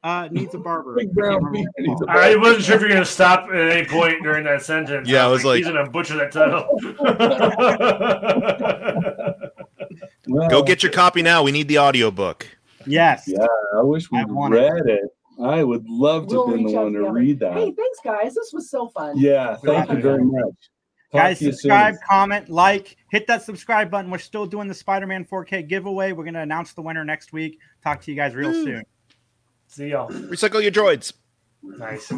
C: uh, Needs a Barber. I
B: Big
C: can't
B: brown
C: remember what
B: beaver
C: it's
B: needs a
C: called.
F: I wasn't sure if you're gonna stop at any point during that sentence.
E: Yeah, I was
F: he's
E: like-
F: gonna butcher that title.
B: Well,
E: Go get your copy now. We need the audiobook.
C: yes.
B: Yeah. I wish we
C: I want it.
B: read it. I would love to
D: We'll
B: have been the
D: reach out
B: one to
D: together.
B: read that.
D: Hey, thanks guys. This was so fun.
B: Yeah, thank you
C: Yeah.
B: very much. Talk
C: Guys,
B: to you
C: subscribe,
B: soon.
C: comment, like, hit that subscribe button. We're still doing the Spider Man 4K giveaway. We're going to announce the winner next week. Talk to you guys real
E: Woo.
C: soon.
F: See y'all.
E: Recycle your droids.
F: Nice.